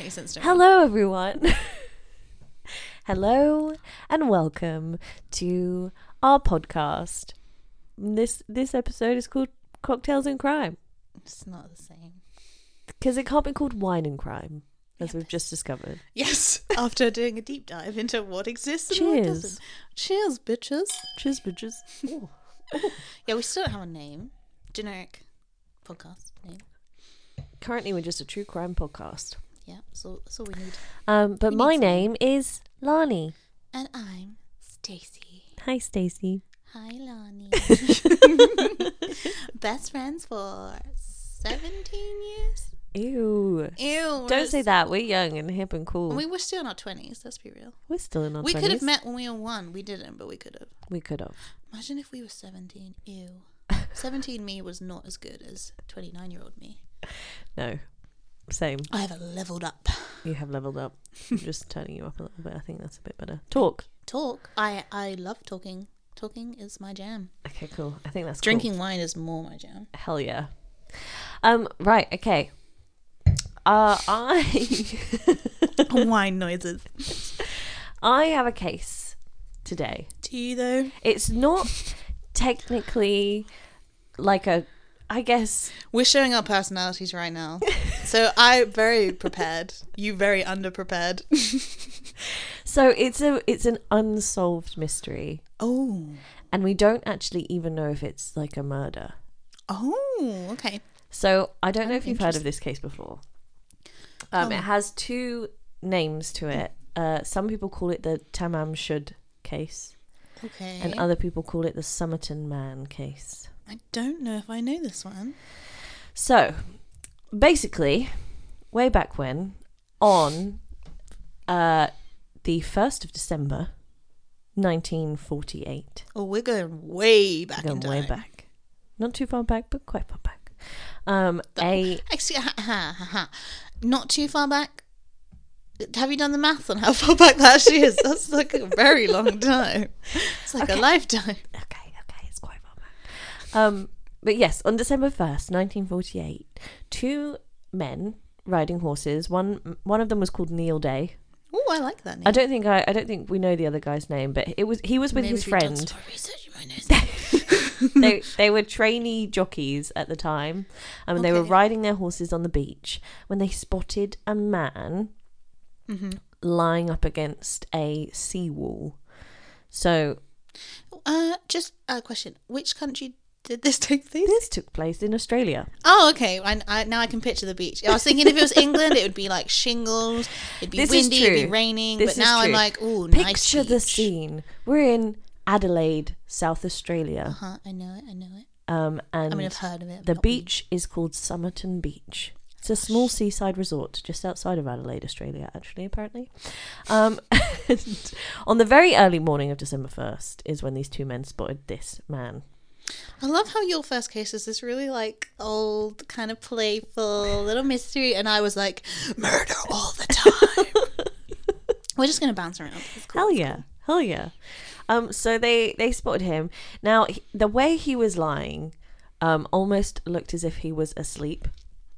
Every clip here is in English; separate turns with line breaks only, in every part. Makes sense to me.
Hello, everyone. Hello, and welcome to our podcast. This this episode is called Cocktails and Crime
It's not the same.
because it can't be called Wine and Crime, as
Yep.
we've just discovered.
Yes. After doing a deep dive into what exists and what
Cheers.
doesn't. Cheers, bitches.
Cheers, bitches. Ooh.
Yeah, we still don't have a name. Generic podcast name.
Currently, we're just a true crime podcast.
Yeah, so that's all we need.
Um,
We
but
need
my
some-
name is Lani.
And I'm Stacy.
Hi, Stacey.
Hi, Lonnie. Best friends for 17 years?
Ew.
Ew. we're
Don't say
s-
that. We're young and hip and cool.
We were still in our 20s, let's be real.
We're still in our
We
20s.
could have met when we were one. We didn't, but we could have.
We could have.
Imagine if we were 17. Ew. 17 me was not as good as 29 year old me.
No. Same.
I have leveled up.
You have leveled up. I'm just turning you up a little bit. I think that's a bit better. Talk.
Talk. I, I love talking. Talking is my jam.
Okay, cool. I think that's cool.
Drinking wine is more my jam.
Hell yeah. Um. Right. Okay. Uh, I
wine noises.
I have a case today.
Do you, though?
It's not technically like a. I guess
We're showing our personalities right now. so I very prepared. You very underprepared.
so. It's a. It's an unsolved mystery,
Oh.
and we don't actually even know if it's like a murder.
Oh, okay.
So I don't know
Oh,
if you've heard of this case before. Um, It has two names to it. Uh, some people call it the Tamam Shud case,
Okay.
and other people call it the Summerton Man case.
I don't know if I know this one.
So basically, way back when, on uh, the 1st of December 1948,
Oh, we're going way back
going
in time.
way back, not too far back, but quite far back, um, a
Actually, ha, ha, ha, ha. uh-huh, not too far back. Have you done the math on how far back that actually is? That's like a very long time. It's like a lifetime.
okay, okay, it's quite far back. Um, but yes, on December first, nineteen forty-eight, two men riding horses. One one of them was called Neil Day.
Oh, I like that name.
I don't think I, I don't think we know the other guy's name, but it was he was with
Maybe
his
if you've done
friend.
some research, you might know his name.
they they were trainee jockeys at the time, um, and they were
Okay.
riding their horses on the beach when they spotted a man
Mm-hmm.
lying up against a seawall. So
Uh, just a question: Which country did this take place?
this took place in Australia.
Oh, okay. I, I, now I can picture the beach. I was thinking if it was England, it would be like shingles. It'd be
This is
windy. It'd
true.
be raining.
This
but
is
now I'm
true.
like, oh, nice
Picture
beach.
the scene. We're in Adelaide, South
Uh
Australia.
huh. I know it. I know it.
Um, and
I mean, I've heard of it.
the
but we-
beach is called Summerton Beach. It's a small seaside resort just outside of Adelaide, Australia, actually, apparently. Um, and on the very early morning of December 1st is when these two men spotted this man.
I love how your first case is this really like old, kind of playful little mystery, and I was like, murder all the time. We're just gonna bounce around. It's cool.
Hell yeah. Hell yeah. Um, so they, they spotted him. Now, he, the way he was lying um, almost looked as if he was asleep.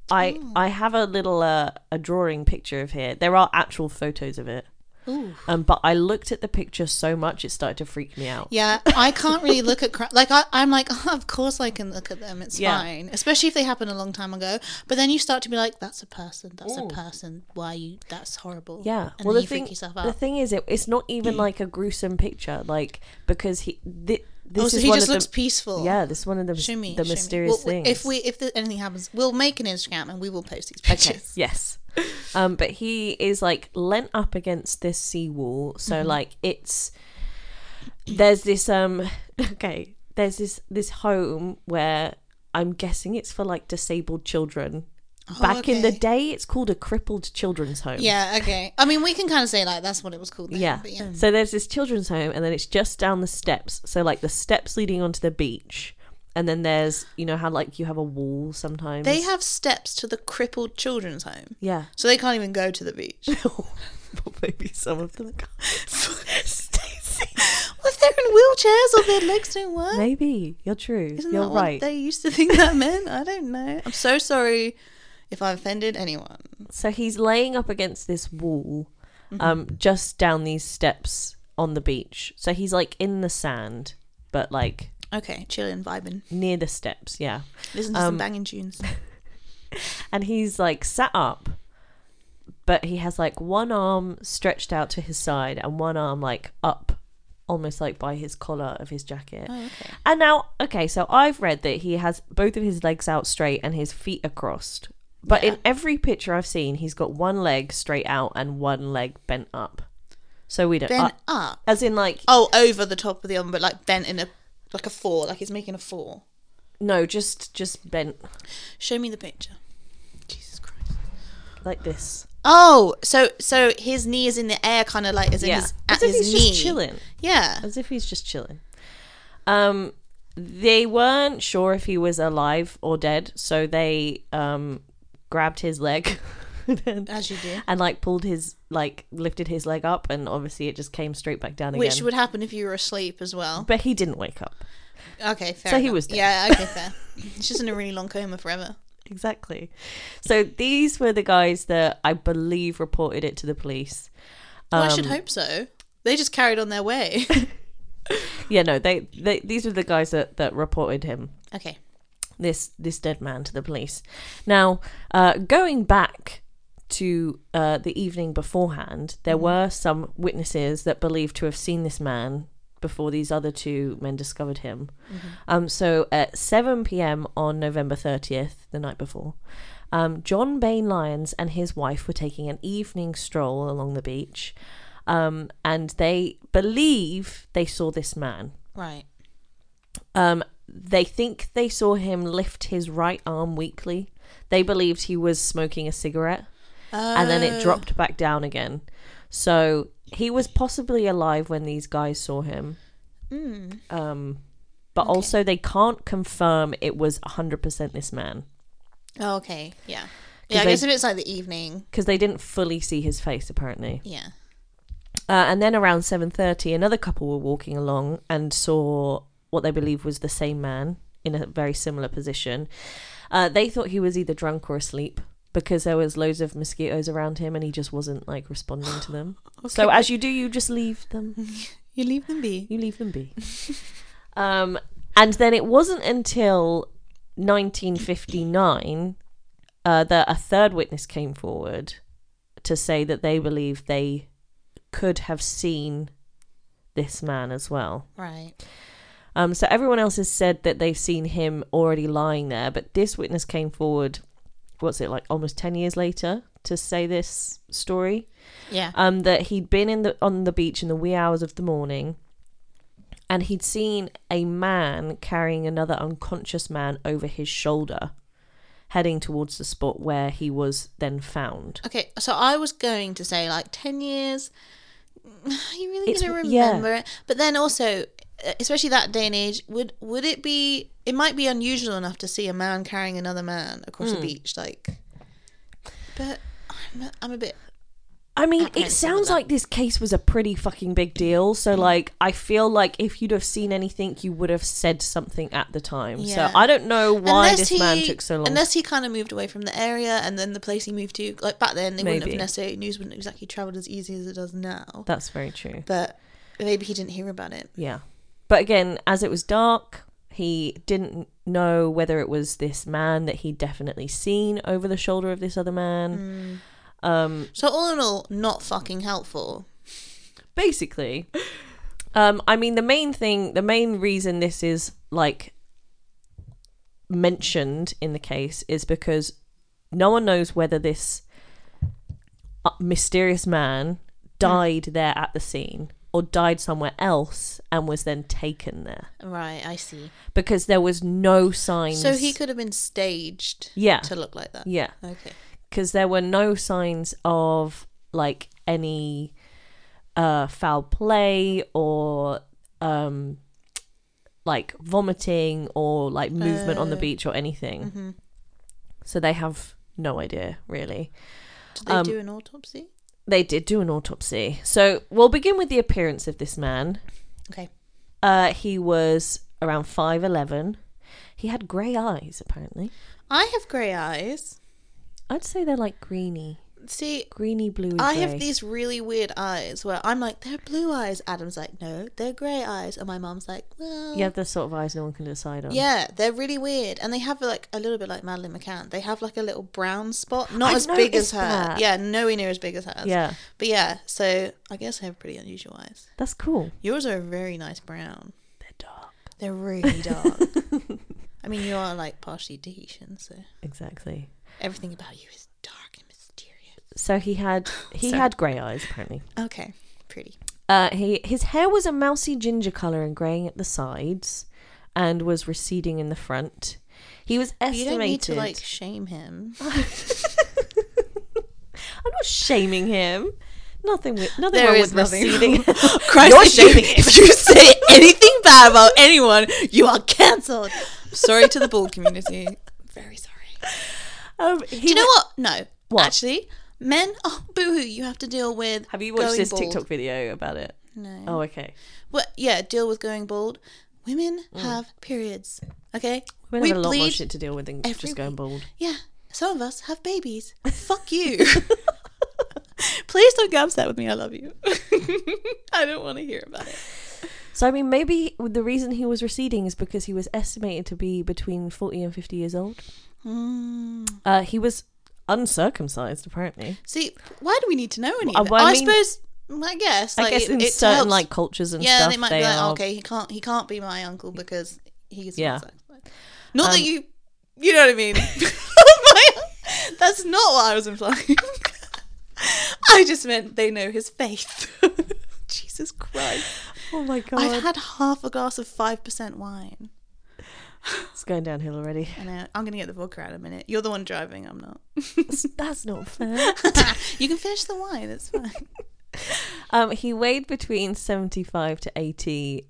I,
Oh.
I have a little uh, a drawing picture of here. There are actual photos of it.
Ooh.
Um, but I looked at the picture so much it started to freak me out.
Yeah, I can't really look at cri- like I, I'm like, oh, of course I can look at them. It's
Yeah.
fine, especially if they happened a long time ago. But then you start to be like, that's a person. That's a person. Why you? That's horrible.
Yeah.
And then
well, the
you
thing
freak yourself
the
out.
thing is, it, it's not even like a gruesome picture, like because he thi- this
Oh, so
is
he
one
just
of
looks
the
peaceful.
yeah, this is one of the
Show me
the
show me.
mysterious
Well,
things.
If we if there, anything happens, we'll make an Instagram and we will post these pictures.
Okay, yes, um, but he is like lent up against this seawall, so
Mm-hmm.
like it's there's this um okay there's this this home where I'm guessing it's for like disabled children. Back in the
Oh, okay.
day, it's called a crippled children's home.
Yeah, okay. I mean, we can kind of say like that's what it was called. Then,
Yeah.
But yeah.
So there's this children's home, and then it's just down the steps. So like the steps leading onto the beach, and then there's you know how like you have a wall sometimes.
They have steps to the crippled children's home,
yeah.
so they can't even go to the beach.
well, maybe some of them. Stacey.
well, if they're in wheelchairs or their legs don't work,
Maybe you're true.
isn't
you're
that what
right.
they used to think that meant? I don't know. I'm so sorry if I've offended anyone.
So he's laying up against this wall, um, just down these steps on the beach. So he's like in the sand, but like
Okay, chilling, vibing.
near the steps, yeah.
Listen to
Um,
some banging tunes.
And he's like sat up, but he has like one arm stretched out to his side and one arm like up, almost like by his collar of his jacket.
Oh, okay.
And now, okay, so I've read that he has both of his legs out straight and his feet are crossed. But
Yeah.
in every picture I've seen, he's got one leg straight out and one leg bent up. So we don't.
Bent
uh,
up.
as in, like,
Oh, over the top of the arm, but like bent in a like a four, like he's making a four.
no, just just bent
Show me the picture. Jesus Christ.
like this.
Oh, so so his knee is in the air, kind of like as in
Yeah,
his, at
as if
his
he's
knee.
just chilling.
Yeah.
As if he's just chilling. Um, they weren't sure if he was alive or dead, so they um grabbed his leg.
As you do.
and like pulled his like lifted his leg up and obviously it just came straight back down
Which
again
would happen if you were asleep as well.
but he didn't wake up
Okay, fair.
So he
enough.
was dead.
Yeah, okay, fair. He's just in a really long coma forever.
exactly so these were the guys that i believe reported it to the police
Well, I should
Um,
hope so. They just carried on their way.
yeah no they, they these were the guys that that reported him
okay.
this this dead man to the police now uh going back to uh the evening beforehand there were some witnesses that believed to have seen this man before these other two men discovered him Um, so at 7 p.m. on November 30th, the night before, um, John Bain Lyons and his wife were taking an evening stroll along the beach. Um, and they believe they saw this man.
Right.
Um, they think they saw him lift his right arm weakly. They believed he was smoking a cigarette and then it dropped back down again. So he was possibly alive when these guys saw him. Um, but also, they can't confirm it was 100% this man
Oh, okay. Yeah. Yeah, I
they-
guess if it's like the evening.
because they didn't fully see his face apparently.
Yeah.
Uh, and then around 7:30, another couple were walking along and saw what they believe was the same man in a very similar position. Uh, they thought he was either drunk or asleep because there was loads of mosquitoes around him and he just wasn't like responding to them. So as you do, you just leave them.
You leave them be.
You leave them be. um, and then it wasn't until 1959 uh, that a third witness came forward to say that they believe they could have seen this man as well.
Right.
Um, so everyone else has said that they've seen him already lying there, but this witness came forward. What's it like? Almost ten years later to say this story
Yeah.
um, that he'd been in the on the beach in the wee hours of the morning, and he'd seen a man carrying another unconscious man over his shoulder, heading towards the spot where he was then found.
Okay, so I was going to say like 10 years. Are you really
It's-
going to
yeah.
remember it? But then also, uh, especially that day and age, would would it be it might be unusual enough to see a man carrying another man across
Hmm.
the beach like But I'm a, I'm a bit
I mean,
Okay,
it
so
sounds
that- Mm.
like this case was a pretty fucking big deal. So, like, I feel like if you'd have seen anything, you would have said something at the time.
Yeah.
So, I don't know why this man took so long.
Unless he kind of moved away from the area and then the place he moved to like back then they wouldn't
Maybe.
have necessarily news wouldn't exactly traveled as easy as it does now.
That's very true.
But maybe he didn't hear about it.
Yeah. But again, as it was dark, he didn't know whether it was this man that he'd definitely seen over the shoulder of this other
Mm.
man. Um,
So all in all, not fucking helpful.
basically, um, I mean, the main thing, the main reason this is like mentioned in the case is because no one knows whether this uh, mysterious man
Mm.
died there at the scene or died somewhere else and was then taken there.
Right, I see.
because there was no signs.
So he could have been staged
yeah,
to look like that.
yeah,
Okay.
because there were no signs of like any uh, foul play or um, like vomiting or like movement
Uh,
on the beach or anything.
mm-hmm.
So they have no idea really.
Did
Um,
they do an autopsy?
They did do an autopsy. So we'll begin with the appearance of this man.
Okay.
Uh, he was around five eleven. He had grey eyes apparently.
I have grey eyes.
I'd say they're like greeny,
See,
greeny bluey.
I have
grey.
these really weird eyes where I'm like, they're blue eyes. Adam's like, no, they're grey eyes. And my mom's like, well.
You have the sort of eyes no one can decide on.
Yeah, they're really weird, and they have like a little bit like Madeline McCann. They have like a little brown spot, not
I
as big as
noticed
her.
that.
Yeah, nowhere near as big as hers.
Yeah.
but yeah. So I guess I have pretty unusual eyes.
That's cool.
Yours are a very nice brown.
They're dark.
They're really dark. I mean, you are like partially Tahitian, so
Exactly.
everything about you is dark and mysterious.
So he had he
Sorry.
had grey eyes apparently.
Okay, pretty.
Uh, he his hair was a mousy ginger color and graying at the sides, and was receding in the front. He was
You
estimated.
don't need to like shame him.
I'm not shaming him. Nothing. With, nothing
There
wrong
is
with
nothing
receding.
Christ
You're
is shaming. If you say anything bad about anyone, you are cancelled. Sorry to the ball community. Very sorry.
um, he
Do you know what? No.
What?
Actually, men, oh, boohoo, you have to deal with.
Have you watched
going
this
bald.
TikTok video about it?
No.
Oh, okay.
Well, yeah, deal with going bald. Women have periods. Okay?
Mm. Women
we
have a lot more
bleed.
shit to deal with than
every
just going
week.
bald.
Yeah. Some of us have babies. Fuck you. Please don't get upset with me. I love you. I don't want to hear about it.
So I mean, maybe the reason he was receding is because he was estimated to be between forty and fifty years old.
Mm.
Uh, he was uncircumcised, apparently.
See, why do we need to know any
Uh,
of it?
well, I
I,
mean-
suppose. I guess. Like,
I guess
it,
in
it
certain
helps.
like cultures and
Yeah,
stuff,
they might be like,
are.
okay, he can't. He can't be my uncle because he's
Yeah.
yeah. Not that
Um,
you. You know what I mean. My- that's not what I was implying. I just meant they know his faith. Jesus Christ!
Oh my god,
I've had half a glass of five percent wine.
it's going downhill already.
I know. I'm gonna get the vodka out in a minute. You're the one driving. I'm not.
That's not fair.
you can finish the wine. It's fine.
Um, he weighed between seventy-five to eighty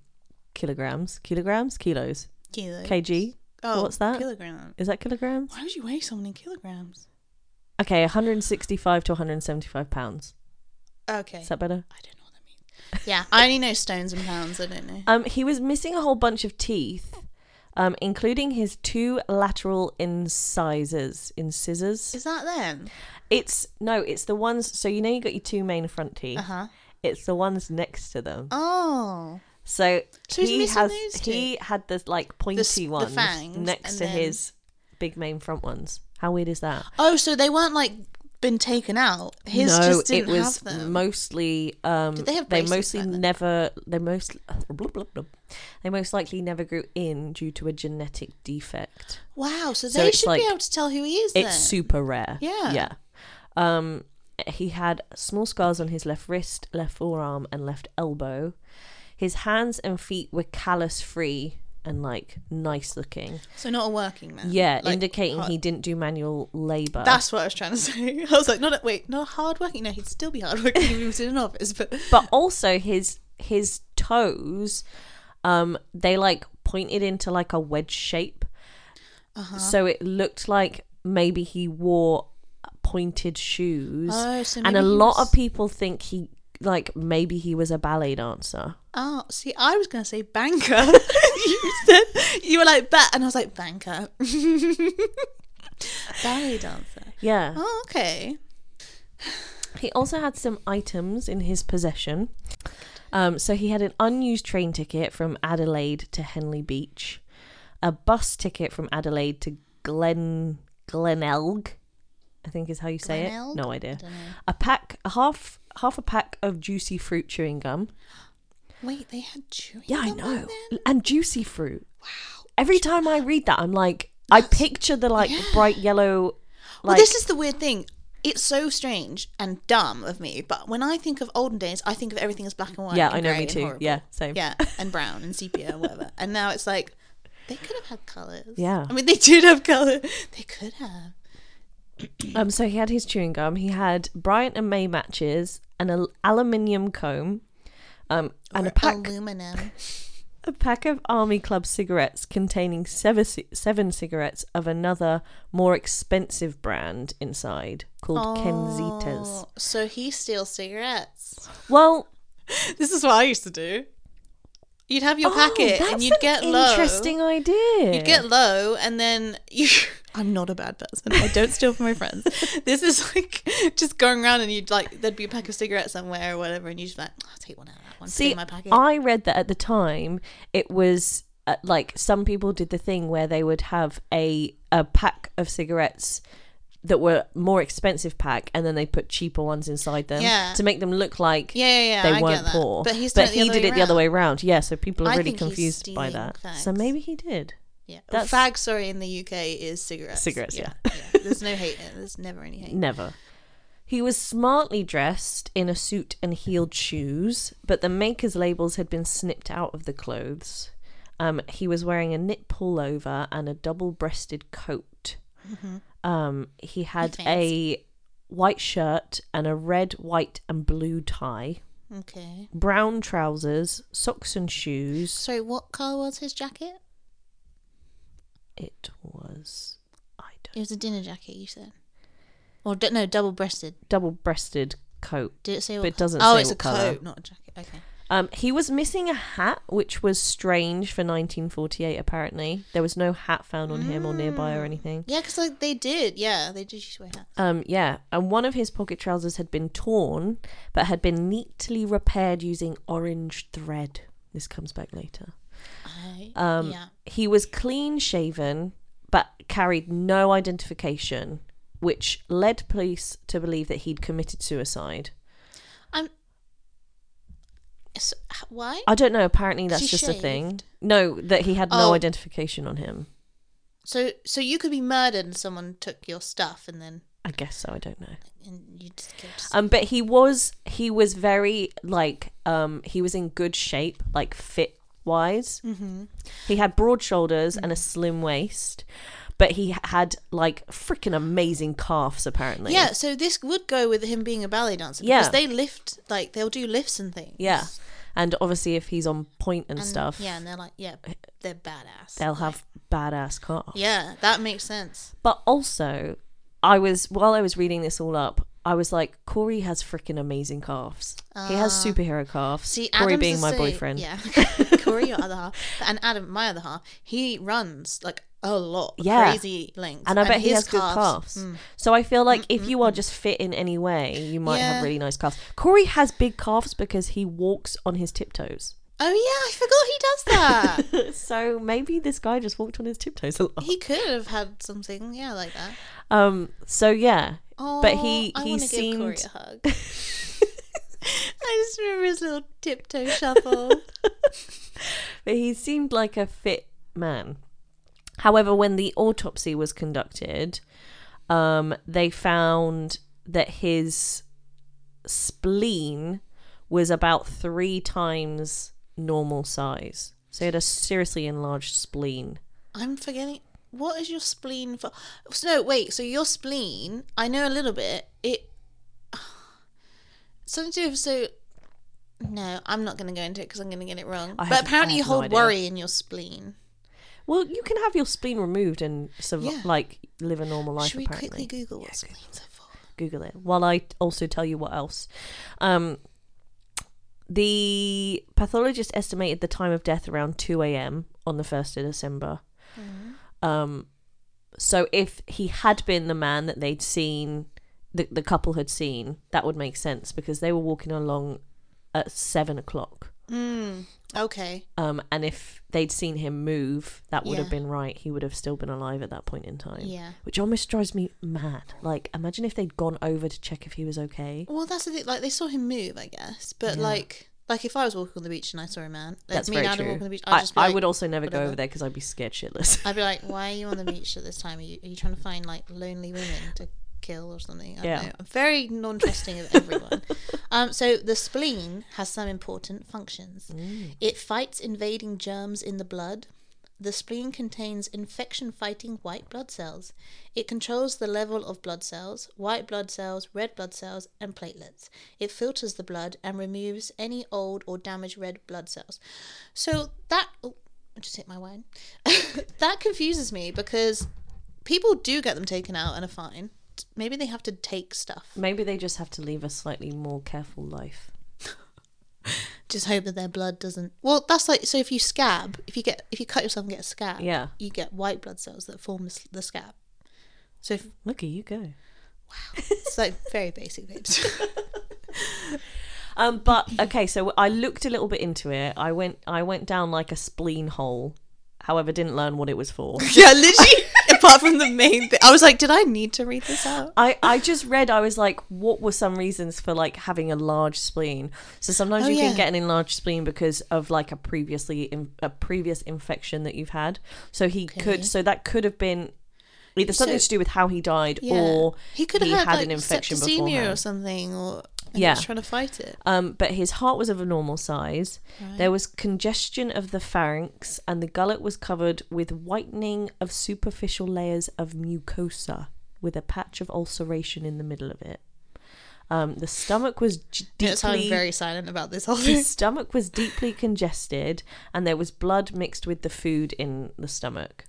kilograms. Kilograms, kilos,
Kilo.
kg.
Oh,
what's that?
Kilogram.
Is that kilograms?
Why would you weigh someone in kilograms?
Okay, one hundred and sixty-five to one hundred and seventy-five pounds.
Okay.
Is that better?
I don't know what that means. Yeah, I only know stones and pounds. I don't know.
Um, he was missing a whole bunch of teeth, um, including his two lateral incisors. Incisors.
Is that them?
It's no, it's the ones. So you know, you got your two main front teeth.
Uh huh.
It's the ones next to them.
Oh.
So,
So he's
he
missing
has
those
he had the like
the
pointy ones
fangs,
next
and
to
then-
his big main front ones. How weird is that?
Oh, so they weren't like been taken out. His
no,
just didn't
it was
have them.
mostly. Um,
Did they have braces
mostly
back then?
never. They most. They most likely never grew in due to a genetic defect.
wow. So,
So
they
it's
should
like-
be able to tell who he is.
It's
then.
super rare.
Yeah.
Yeah. Um, he had small scars on his left wrist, left forearm, and left elbow. His hands and feet were callus free and like nice looking.
so not a working man.
Yeah,
Like,
indicating
hard-
he didn't do manual labor.
That's what I was trying to say. I was like, not a, wait, not hard working. No, he'd still be hard working if he was in an office. But
but also his his toes, um, they like pointed into like a wedge shape,
Uh-huh.
so it looked like maybe he wore pointed shoes.
Oh, so
and a
maybe he
lot
was-
of people think he like maybe he was a ballet dancer.
oh, see, I was gonna say banker. you said you were like bat, and I was like banker, ballet dancer.
Yeah.
Oh, okay.
He also had some items in his possession. Um, so he had an unused train ticket from Adelaide to Henley Beach, a bus ticket from Adelaide to Glen Glenelg, I think is how you say
Glenelg?
it. No idea.
dunno.
A pack, a half half a pack of juicy fruit chewing gum.
Wait, they had chewing.
Yeah, I
gum back
know.
then?
And juicy fruit. Wow. Every time I read that, I'm like, I picture the like bright yellow.
well,
Like,
this is the weird thing. It's so strange and dumb of me, but when I think of olden days, I think of everything as black and white.
yeah,
and
I know.
grey
Me
and
too.
horrible.
Yeah, same.
yeah, and brown and sepia and whatever. And now it's like they could have had colors.
Yeah.
I mean they did have color. They could have.
Um, so he had his chewing gum. He had Bryant and May matches, an al- aluminium comb, um, and
Or
a pack
aluminum.
a pack of Army Club cigarettes containing seven ci- seven cigarettes of another more expensive brand inside called Kenzitas.
Oh, so he steals cigarettes.
Well,
This is what I used to do. You'd have your packet
Oh, that's
and you'd
an
get low.
interesting idea.
You'd get low and then you. I'm not a bad person. I don't steal from my friends. This is like just going around and you'd like there'd be a pack of cigarettes somewhere or whatever, and you'd just be like, I'll take one out of that one. put it
See,
in my packet.
I read that at the time it was uh, like some people did the thing where they would have a a pack of cigarettes that were more expensive pack, and then they put cheaper ones inside them
Yeah.
to make them look like
yeah, yeah, yeah.
they
I get
weren't
that.
poor.
But he's done it the
he
other
did
way
it the other
round.
way around. Yeah, so people are
I
really
think he's
confused by
stealing
that. So
fags.
maybe he did.
Yeah. Well,
That's-
fag, sorry, in the UK is cigarettes.
Cigarettes,
yeah. yeah. There's no hate. in it. There's never any hate.
Never. He was smartly dressed in a suit and heeled shoes, but the maker's labels had been snipped out of the clothes. Um, he was wearing a knit pullover and a double breasted coat. Um, he had a
fancy.
white shirt and a red, white, and blue tie,
Okay.
brown trousers, socks, and shoes.
Sorry, what colour was his jacket?
It was. I don't.
It was a dinner jacket, you said. Or d- no, double breasted.
Double breasted coat.
Did it say what
But it
colour?
doesn't
Oh,
say
it's
what
a
colour.
coat, not a jacket. Okay.
Um, he was missing a hat, which was strange for 1948. Apparently, there was no hat found on him or nearby or anything.
Yeah, because like they did. Yeah, they did used to wear hats.
Um, yeah, and one of his pocket trousers had been torn, but had been neatly repaired using orange thread. This comes back later.
I,
Um,
yeah.
He was clean shaven, but carried no identification, which led police to believe that he'd committed suicide.
I'm. So, h- why?
I don't know. Apparently, that's
he
just a thing. No, that he had no
Oh.
identification on him.
So, so you could be murdered and someone took your stuff and then
I guess so. I don't know.
and you just killed. yourself.
Um, but he was he was very like um he was in good shape, like fit wise. Mm-hmm. He had broad shoulders
Mm.
and a slim waist, but he had like freaking amazing calves. Apparently,
yeah, so this would go with him being a ballet dancer
Yeah.
because they lift like they'll do lifts and things.
yeah. And obviously, if he's on point and,
and,
stuff, Uh,
Yeah, and they're like, yeah, they're badass.
they'll have badass calves.
yeah, that makes sense.
But also, I was while I was reading this all up. I was like, Corey has freaking amazing calves. he has superhero calves.
Ah. See,
Corey
Adam's
being
the
my
same-
boyfriend.
Yeah, Corey, your other half, and Adam, my other half, he runs like a lot,
Yeah.
crazy lengths,
and I bet he
his Mm.
has good calves. So I feel like if you are just fit in any way, you might have
Yeah.
really nice calves. Corey has big calves because he walks on his tiptoes.
Oh yeah, I forgot he does that.
so maybe this guy just walked on his tiptoes a lot.
he could have had something, yeah, like that.
Um. So yeah,
Oh,
but he
I
he
wanna give Corey
seemed
a hug. I just remember his little tiptoe shuffle.
but he seemed like a fit man. However, when the autopsy was conducted, um, they found that his spleen was about three times normal size. So he had a seriously enlarged spleen.
I'm forgetting. What is your spleen for? So, no, wait. So your spleen, I know a little bit. It something to do with so. No, I'm not going to go into it because I'm going to get it wrong.
I
but
have- I
apparently, you
have no
hold
idea.
worry in your spleen.
Well, you can have your spleen removed and surv-
Yeah.
like live a normal life.
Should we
apparently.
quickly Google what spleens are for?
Google it while I also tell you what else. Um, the pathologist estimated the time of death around 2 a.m. on the 1st of December. Um, so if he had been the man that they'd seen, the, the couple had seen, that would make sense because they were walking along at 7 o'clock.
Okay.
Um, and if they'd seen him move, that would have
Yeah.
been right. He would have still been alive at that point in time.
Yeah.
Which almost drives me mad. Like, imagine if they'd gone over to check if he was okay.
Well, that's the thing. Like they saw him move, I guess. But
Yeah.
like, like if I was walking on the beach and I saw a man, like
That's
me
very
and Adam
true.
walking on the beach, I'd
I,
just be
I
like,
would also never go
whatever.
over there because I'd be scared shitless.
I'd be like, why are you on the beach at this time? Are you, are you trying to find like lonely women to kill or something? I
Yeah.
don't know. I'm very non trusting of everyone. um, so the spleen has some important functions. It fights invading germs in the blood. The spleen contains infection fighting white blood cells. It controls the level of blood cells, white blood cells, red blood cells, and platelets. It filters the blood and removes any old or damaged red blood cells. So that. Oh, I just hit my wine. that confuses me because people do get them taken out and are fine. Maybe they have to take stuff.
Maybe they just have to leave a slightly more careful life.
Just hope that their blood doesn't. Well, that's like so. If you scab, if you get if you cut yourself and get a scab,
Yeah.
you get white blood cells that form the s- the scab. So if,
Look at you go.
it's like very basic babes.
Um, but okay, so I looked a little bit into it. I went, I went down like a spleen hole. However, didn't learn what it was for.
yeah, literally. apart from the main thing, I was like, did I need to read this out?
I, I just read I was like, what were some reasons for like having a large spleen? So sometimes
Oh,
you
yeah.
can get an enlarged spleen because of like a previously in, a previous infection that you've had. So he
Okay.
could so that could have been either something
So-
to do with how he died
Yeah.
or
he could have
he
had,
had
like,
an infection
septicemia or
beforehand.
something, or and he
Yeah.
was trying to fight it.
Um, but his heart was of a normal size. There was congestion of the pharynx, and the gullet was covered with whitening of superficial layers of mucosa, with a patch of ulceration in the middle of it. Um, the stomach was j-
That's how I'm
deeply.
very silent about this whole
the
thing.
stomach was deeply congested, and there was blood mixed with the food in the stomach.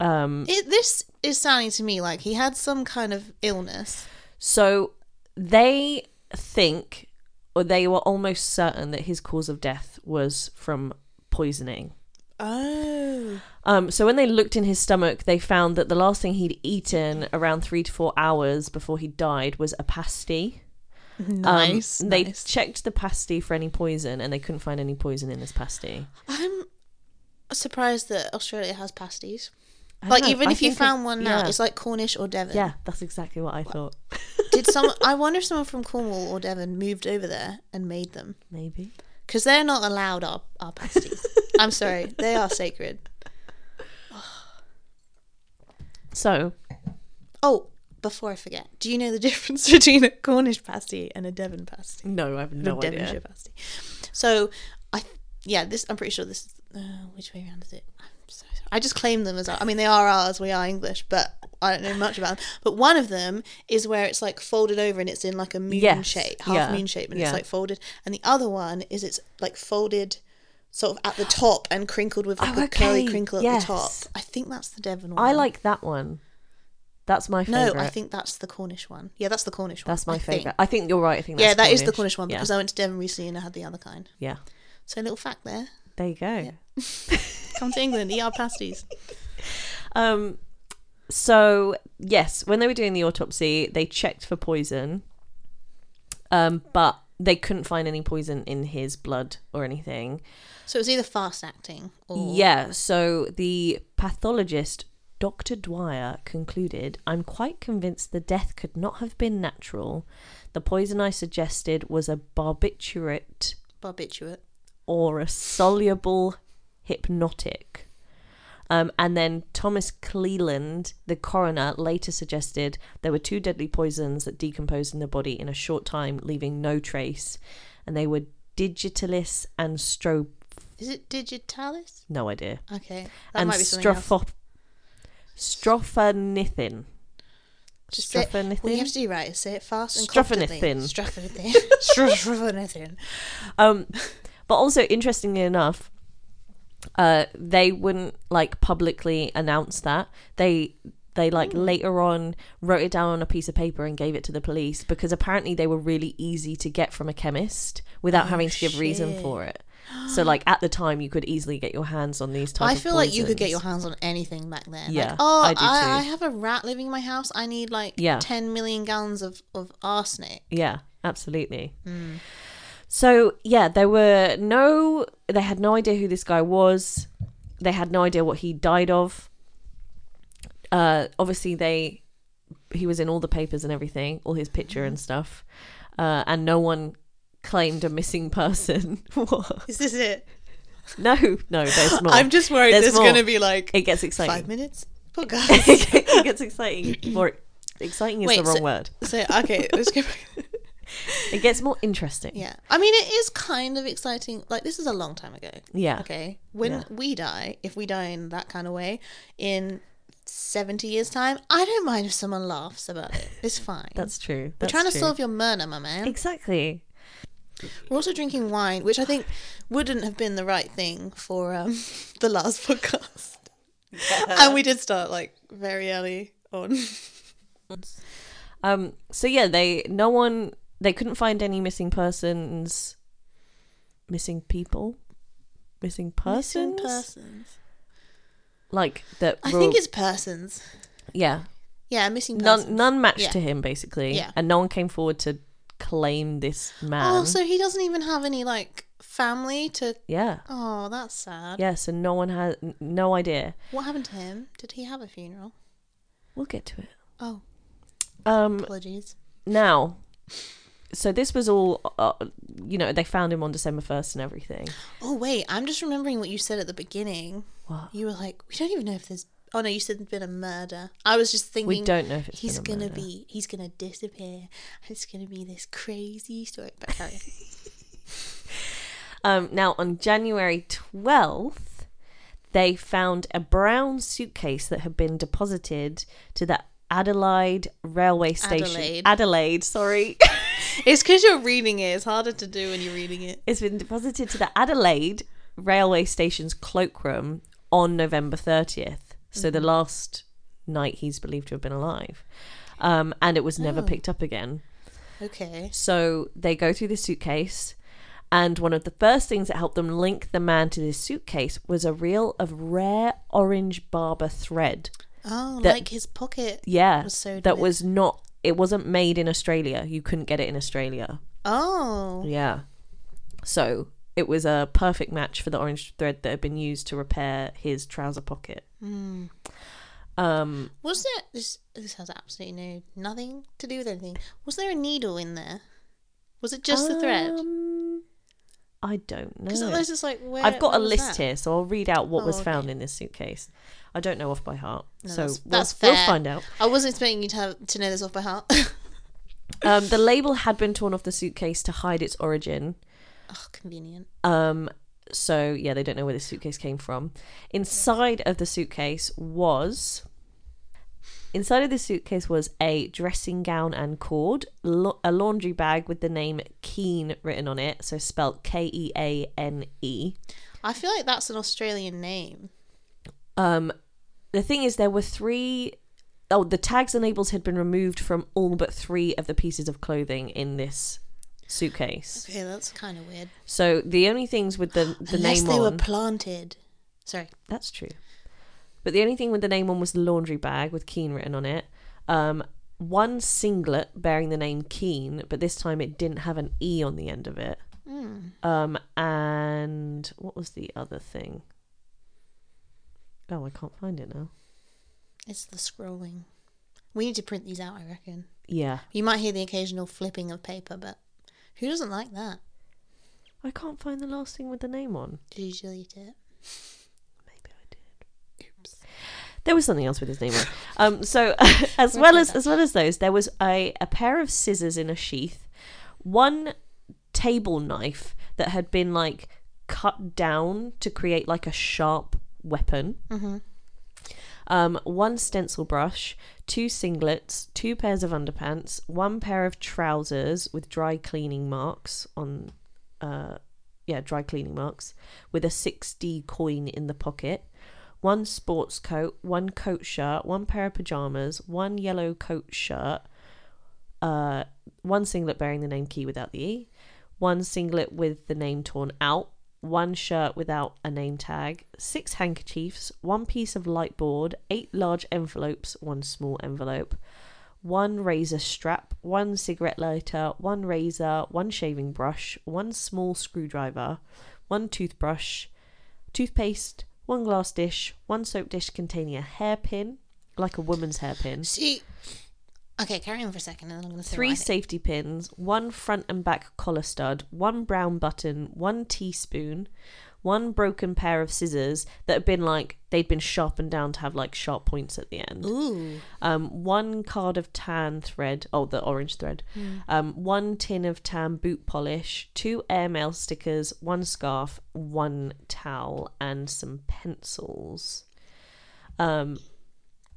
Um,
It, this is sounding to me like he had some kind of illness.
so they think, or they were almost certain, that his cause of death was from poisoning.
Oh.
Um, so when they looked in his stomach, they found that the last thing he'd eaten around three to four hours before he died was a pasty. Um,
Nice.
They
nice.
checked the pasty for any poison, and they couldn't find any poison in this pasty.
I'm surprised that Australia has pasties.
I
Like
don't know,
even
I
if you
think it-
found one now,
yeah.
it's like Cornish or Devon.
yeah, that's exactly what I thought.
Did some? I wonder if someone from Cornwall or Devon moved over there and made them
Maybe
because they're not allowed our our pasties. I'm sorry, they are sacred.
so.
Oh, before I forget, do you know the difference between a Cornish pasty and a Devon pasty?
No, I have no
Or
idea.
Devonshire pasty. So, I th- yeah, this I'm pretty sure this is uh, which way around is it? I'm so sorry. I just claim them as our, I mean they are ours. We are English, but I don't know much about them. But one of them is where it's like folded over and it's in like a moon
Yes,
shape, half
yeah,
moon shape, and
yeah.
it's like folded. And the other one is it's like folded. Sort of at the top and crinkled with like
Oh,
a curly
okay,
crinkle at
yes.
the top. I think that's the Devon one.
I like that one. That's my
No,
favorite.
I think that's the Cornish one. Yeah, that's the Cornish one.
that's my
I think.
favorite. I think you're right. I think
Yeah,
that's
that is
Cornish.
the Cornish one
Yeah,
because I went to Devon recently and I had the other kind.
yeah.
So a little fact there.
There you go.
Come to England, E eat our pasties.
Um, so yes, when they were doing the autopsy, they checked for poison, um, but they couldn't find any poison in his blood or anything.
So it was either fast acting or
Yeah, so the pathologist. Dr. Dwyer concluded, I'm quite convinced the death could not have been natural. The poison I suggested was a barbiturate
barbiturate.
or a soluble hypnotic. Um, and then Thomas Cleland, the coroner, later suggested there were two deadly poisons that decomposed in the body in a short time, leaving no trace. And they were digitalis and stro.
Is it digitalis?
No idea.
Okay, that
And
might be something else.
stropho- strophanithin.
Just say- What you have to
Strophanithin?
do right is say it fast and
Strophanithin.
confidently. Strophanithin. Strophanithin.
Um, but also, interestingly enough, uh, they wouldn't like publicly announce that they they like
Hmm.
later on wrote it down on a piece of paper and gave it to the police because apparently they were really easy to get from a chemist without having to give reason
Oh, shit.
for it. So like at the time, you could easily get your hands on these types.
I feel like you could get your hands on anything back then.
Yeah,
like, oh, I,
I do too.
I, have a rat living in my house. I need like
Yeah.
10 million gallons of, of arsenic.
Yeah, absolutely.
Hmm.
So yeah, there were no. They had no idea who this guy was. They had no idea what he died of. Uh, obviously, they he was in all the papers and everything, all his picture and stuff, uh, and no one claimed a missing person. What?
Is this it?
no, no, there's more.
I'm just worried
There's
there's
more.
going to be like
it gets exciting.
five minutes. Poor
it gets exciting. More exciting is
Wait,
the wrong
so-
word.
so, okay, let's go back.
It gets more interesting.
Yeah. I mean, it is kind of exciting. Like, this is a long time ago.
Yeah.
Okay. When
Yeah.
we die, if we die in that kind of way, in 70 years' time, I don't mind if someone laughs about it. It's fine.
That's true.
We're
That's
trying to
true.
solve your murder, my man.
exactly.
We're also drinking wine, which I think wouldn't have been the right thing for um, the last podcast. And we did start like very early on.
Um, so yeah, they no one they couldn't find any missing persons missing people, missing persons,
Missing persons.
like that.
I
were-
think it's persons.
yeah,
Yeah, missing persons.
none none matched
Yeah.
to him basically,
Yeah.
and no one came forward to claim this man.
Oh, so he doesn't even have any like family to.
yeah,
Oh, that's sad.
yeah. So no one had n- no idea.
What happened to him? Did he have a funeral?
We'll get to it.
Oh,
Um,
apologies.
now so this was all uh, you know they found him on december 1st and everything
Oh wait, I'm just remembering what you said at the beginning.
What?
You were like, we don't even know if there's. Oh no, you said there's been a murder. I was just thinking.
we don't know if it's
He's
been a
gonna
murder.
be. He's gonna disappear. It's gonna be this crazy story. But carry on.
um now on january 12th they found a brown suitcase that had been deposited to the adelaide railway station
Adelaide.
adelaide sorry
it's because you're reading it. It's harder to do when you're reading it.
it's been deposited to the adelaide railway station's cloakroom on november 30th so the last night he's believed to have been alive um, and it was never picked up again
Okay.
So they go through the suitcase, and one of the first things that helped them link the man to this suitcase was a reel of rare orange barber thread.
Oh,
That-
like his pocket.
Yeah,
Was sewed
that
with-
was not. It wasn't made in Australia. You couldn't get it in Australia.
Oh.
Yeah. So it was a perfect match for the orange thread that had been used to repair his trouser pocket.
Hmm.
Um,
Was there this? This has absolutely no nothing to do with anything. Was there a needle in there? Was it just the thread?
um, I don't know.
Because otherwise, it's like where
Oh. I've got a
where was
list
that?
here, so I'll read out what
Oh,
was
okay.
found in this suitcase. I don't know off by heart,
No,
so
that's-
we'll,
that's
we'll
fair.
find out.
I wasn't expecting you to have to know this off by heart. Oh,
Um, the label had been torn off the suitcase to hide its origin.
oh, convenient.
Um, so yeah, they don't know where the suitcase came from. Inside of the suitcase was inside of the suitcase was a dressing gown and cord, la- a laundry bag with the name Keen written on it, so spelt K E A N E.
I feel like that's an Australian name.
Um, the thing is, there were three oh the tags and labels had been removed from all but three of the pieces of clothing in this suitcase.
Okay, that's kind of weird.
So the only things with the the
Unless
name
they
on
were planted. Sorry.
that's true, but the only thing with the name on was the laundry bag with Keen written on it. Um, one singlet bearing the name Keen, but this time it didn't have an e on the end of it.
Hmm.
Um, and what was the other thing? Oh, I can't find it now.
It's the scrolling. We need to print these out, I reckon.
Yeah.
You might hear the occasional flipping of paper, but who doesn't like that?
I can't find the last thing with the name on.
Did you delete it?
Maybe I did. Oops. There was something else with his name on. Um, so as well as as well as those, there was a, a pair of scissors in a sheath, one table knife that had been like cut down to create like a sharp weapon. Um, one stencil brush, two singlets, two pairs of underpants, one pair of trousers with dry cleaning marks on uh, yeah, dry cleaning marks, with a 6D coin in the pocket, one sports coat, one coat shirt, one pair of pajamas, one yellow coat shirt, uh, one singlet bearing the name Key without the E, one singlet with the name torn out, one shirt without a name tag, six handkerchiefs, one piece of light board, eight large envelopes, one small envelope, one razor strap, one cigarette lighter, one razor, one shaving brush, one small screwdriver, one toothbrush, toothpaste, one glass dish, one soap dish containing a hairpin, like a woman's hairpin,
See. Okay, carry on for a second, and then I'm going to
three safety pins, one front and back collar stud, one brown button, one teaspoon, one broken pair of scissors that had been like, they'd been sharpened down to have like sharp points at the end
Ooh,
um, one card of tan thread, oh, the orange thread,
Hmm.
um, one tin of tan boot polish, two airmail stickers, one scarf, one towel, and some pencils. Um,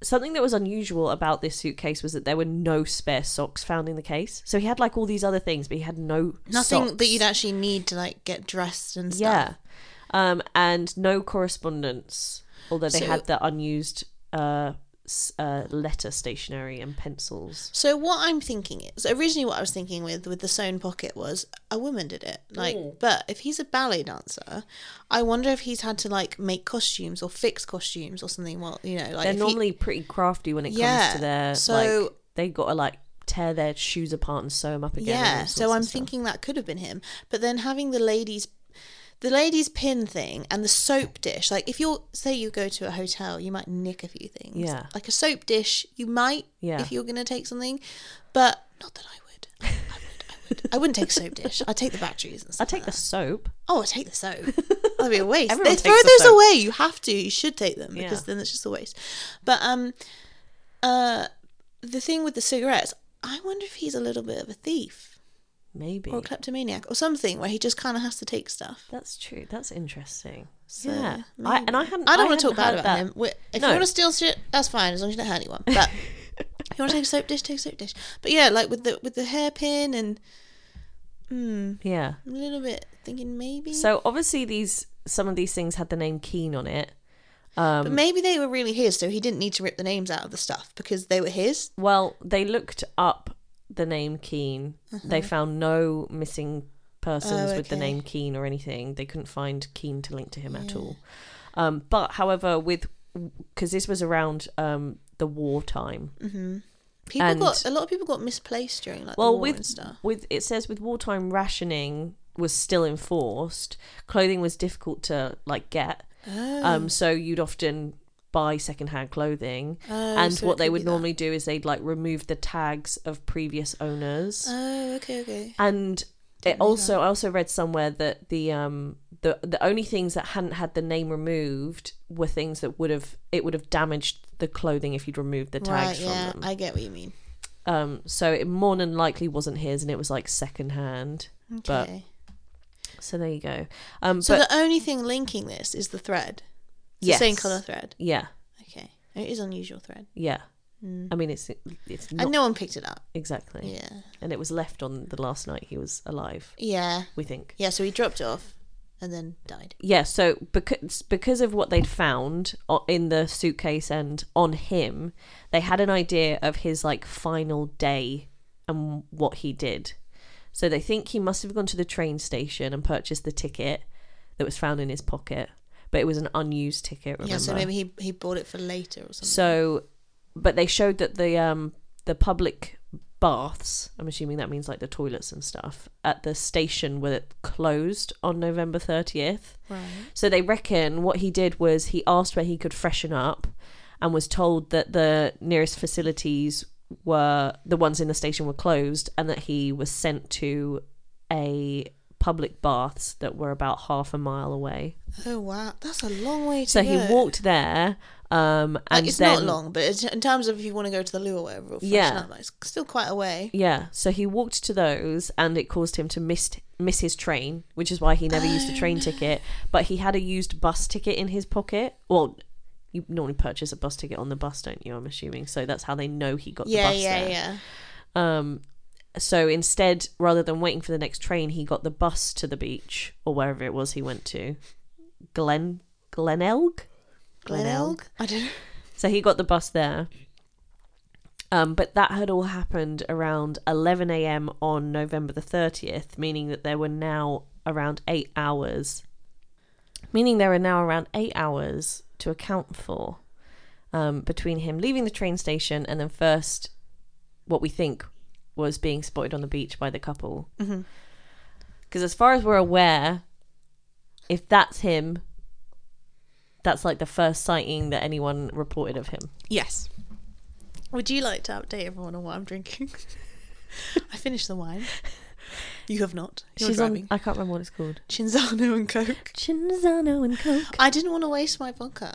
something that was unusual about this suitcase was that there were no spare socks found in the case. So he had like all these other things, but he had no
nothing that
socks.
you'd actually need to like get dressed and stuff.
Yeah. Um, and no correspondence, although they
So-
had the unused uh, s- uh, letter stationery and pencils.
So what I'm thinking is originally what I was thinking with with the sewn pocket was a woman did it. Like, but if he's a ballet dancer, I wonder if he's had to like make costumes or fix costumes or something. Well, you know, like
They're
if he-
normally pretty crafty when it comes
Yeah,
to their
so-
like they got to like tear their shoes apart and sew them up again. and all
yeah. So
sorts
I'm
of stuff.
thinking that could have been him. But then having the ladies. The ladies' pin thing and the soap dish. Like, if you're, say, you go to a hotel, you might nick a few things.
Yeah.
Like a soap dish, you might,
Yeah.
if you're going to take something. But not that I would. I, would, I, would. I wouldn't take a soap dish. I'd take the batteries and
I
stuff.
take the soap.
Oh, I take the soap. That'd be a waste.
Everyone
they throw
takes the
those
soap.
away. You have to. You should take them because
Yeah.
then it's just a waste. But um, uh, the thing with the cigarettes, I wonder if he's a little bit of a thief
Maybe.
or a kleptomaniac or something where he just kind of has to take stuff.
That's true. That's interesting.
So,
yeah. I, and I hadn't.
I don't want to
hadn't
talk bad
heard
about
that.
him. We're, if
No.
you want to steal shit, that's fine as long as you don't hurt anyone. But if you want to take a soap dish, take a soap dish. But yeah, like with the with the hairpin and hmm,
Yeah.
I'm a little bit thinking maybe.
So obviously these some of these things had the name Keen on it. um,
But maybe they were really his, so he didn't need to rip the names out of the stuff because they were his.
Well, they looked up the name Keen. They found no missing persons
Uh-huh. Oh,
with the
okay.
name Keen or anything. They couldn't find Keen to link to him at all. Um, but however, with because this was around um, the wartime.
People
And-
got a lot of people got misplaced during like the
well
war
with
and stuff.
with it says with wartime rationing was still enforced clothing was difficult to like get
Oh, Mm.
um so you'd often buy secondhand clothing
Oh,
and
so it
what they
could
would
be that.
normally do is they'd like remove the tags of previous owners
Oh, okay, okay.
and it also I also read somewhere that the um the the only things that hadn't had the name removed were things that would have it would have damaged the clothing if you'd removed the tags
right, yeah,
from them
I get what you mean.
um so it more than likely wasn't his and it was like secondhand but
Okay.
so there you go um
so
but
the only thing linking this is the thread. It's
Yes.
The same color thread.
yeah
Okay. It is unusual thread,
yeah i mean it's it's not
Hmm. and no one picked it up.
exactly
Yeah.
and it was left on the last night he was alive
Yeah.
we think
Yeah. So he dropped it off, and then died.
yeah so because because of what they'd found o- in the suitcase and on him they had an idea of his like final day and what he did so they think he must have gone to the train station and purchased the ticket that was found in his pocket but it was an unused ticket remember
Yeah. So maybe he he bought it for later or something.
so but they showed that the um the public baths i'm assuming that means like the toilets and stuff at the station were closed on november 30th
Right.
so they reckon what he did was he asked where he could freshen up and was told that the nearest facilities were the ones in the station were closed and that he was sent to a public baths that were about half a mile away.
Oh wow, that's a long way to
So
go.
he walked there um and
Like, it's not
then
long, but it's, in terms of if you want to go to the loo or whatever, or freshen
Yeah.
up, like, it's still quite a way.
Yeah, so he walked to those, and it caused him to miss miss his train, which is why he never used a train ticket. But he had a used bus ticket in his pocket. Well, you normally purchase a bus ticket on the bus, don't you? I'm assuming. So that's how they know he got
Yeah,
the bus
yeah,
there.
yeah.
Um, so instead, rather than waiting for the next train, he got the bus to the beach or wherever it was he went to, Glen Glenelg.
Glenelg? I don't know.
So he got the bus there. Um, but that had all happened around 11 a.m. on November the 30th, meaning that there were now around eight hours. Meaning there are now around eight hours to account for um, between him leaving the train station and then first what we think was being spotted on the beach by the couple. Because as far as we're aware, if that's him, that's like the first sighting that anyone reported of him.
Yes. Would you like to update everyone on what I'm drinking? I finished the wine. You have not. You're
She's
driving.
on. I can't remember what it's called.
Chinzano and Coke.
Chinzano and Coke.
I didn't want to waste my vodka.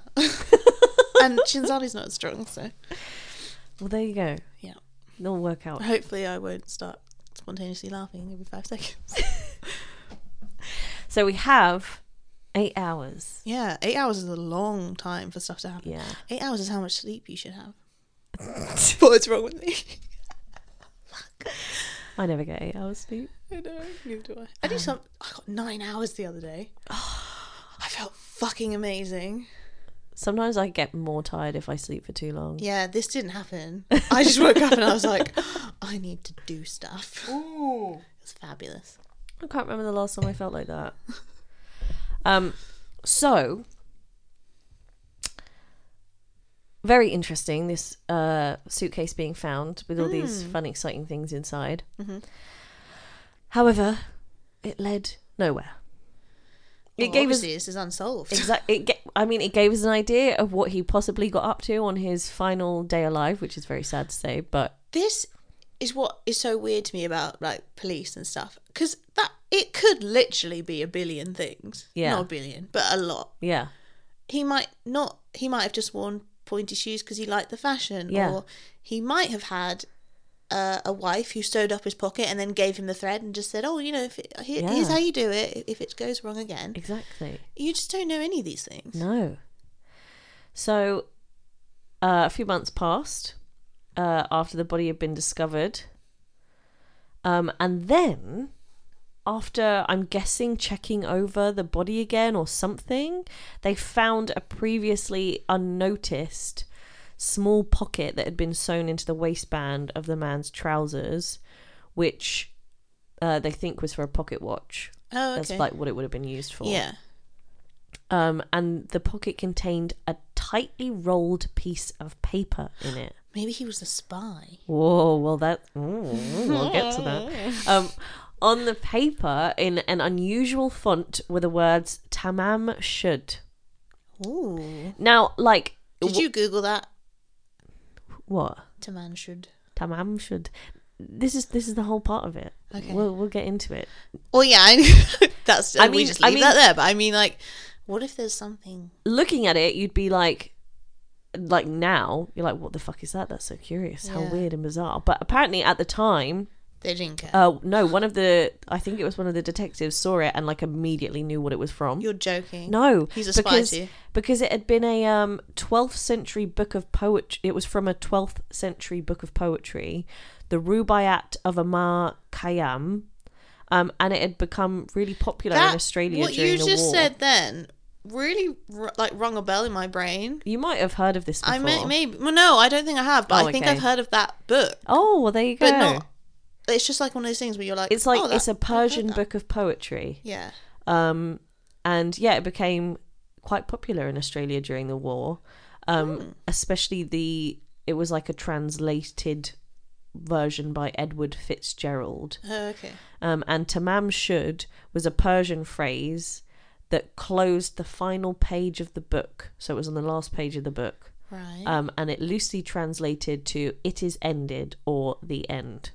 and Chinzano's not strong, so
Well, there you go.
yeah.
It'll work out.
Hopefully, I won't start spontaneously laughing every five seconds.
So we have eight hours.
yeah, eight hours is a long time for stuff to happen.
Yeah.
Eight hours is how much sleep you should have. What's wrong with me?
I never get eight hours sleep.
I know, neither do I. I do some. I got nine hours the other day. I felt fucking amazing.
Sometimes I get more tired if I sleep for too long.
Yeah, this didn't happen. I just woke up and I was like, I need to do stuff.
Ooh.
It's fabulous.
I can't remember the last time I felt like that. Um, so very interesting. This uh, suitcase being found with all these
Hmm.
fun, exciting things inside.
Mm-hmm.
However, it led nowhere. It
Well,
gave us
obviously this is unsolved.
exactly. It ga- I mean, it gave us an idea of what he possibly got up to on his final day alive, which is very sad to say. But
this is what is so weird to me about like police and stuff because that it could literally be a billion things
Yeah.
not a billion but a lot
yeah,
he might not he might have just worn pointy shoes because he liked the fashion
Yeah.
or he might have had uh, a wife who sewed up his pocket and then gave him the thread and just said oh you know if it, here, here's
Yeah.
how you do it if it goes wrong again
exactly.
you just don't know any of these things
No. So, uh, a few months passed uh, after the body had been discovered. Um, and then, after I'm guessing checking over the body again or something, they found a previously unnoticed small pocket that had been sewn into the waistband of the man's trousers, which uh, they think was for a pocket watch.
oh okay
That's like what it would have been used for
yeah
um, and the pocket contained a tightly rolled piece of paper in it.
maybe he was a spy
Whoa, well, that. Ooh, we'll get to that. Um, on the paper, in an unusual font, were the words Tamam Shud.
Ooh.
Now, like.
did
wh-
you google that
what?
Taman should
Tamam Shud. This is this is the whole part of it.
Okay.
We'll we'll get into it.
Well, yeah, I, that's. I
I
mean, we
mean-
just
I
leave that
mean-
there. But I mean, like, what if there's something?
Looking at it, you'd be like, like now you're like, what the fuck is that? That's so curious. How
Yeah.
weird and bizarre. But apparently, at the time,
They didn't care.
Uh, no, one of the I think it was one of the detectives saw it and like immediately knew what it was from.
You're joking.
no,
He's a spy
because,
too.
because it had been a um 12th century book of poetry. It was from a 12th century book of poetry, the Rubaiyat of Amar Khayyam, um, and it had become really popular in Australia
What
during
you
the
just
war.
said then really r- like rung a bell in my brain.
you might have heard of this before.
I may, maybe. Well, no, I don't think I have. But
Oh,
I think
okay.
I've heard of that book,
oh, well, there you go.
but not. It's just like one of those things where you're like,
it's like
oh, that-
it's a
I've heard
Persian
that.
book of poetry.
Yeah.
um, and yeah, it became quite popular in Australia during the war, um, especially the it was like a translated version by Edward Fitzgerald,
Oh, okay.
um, and tamam shud was a Persian phrase that closed the final page of the book, so it was on the last page of the book,
Right.
um, and it loosely translated to "it is ended" or "the end."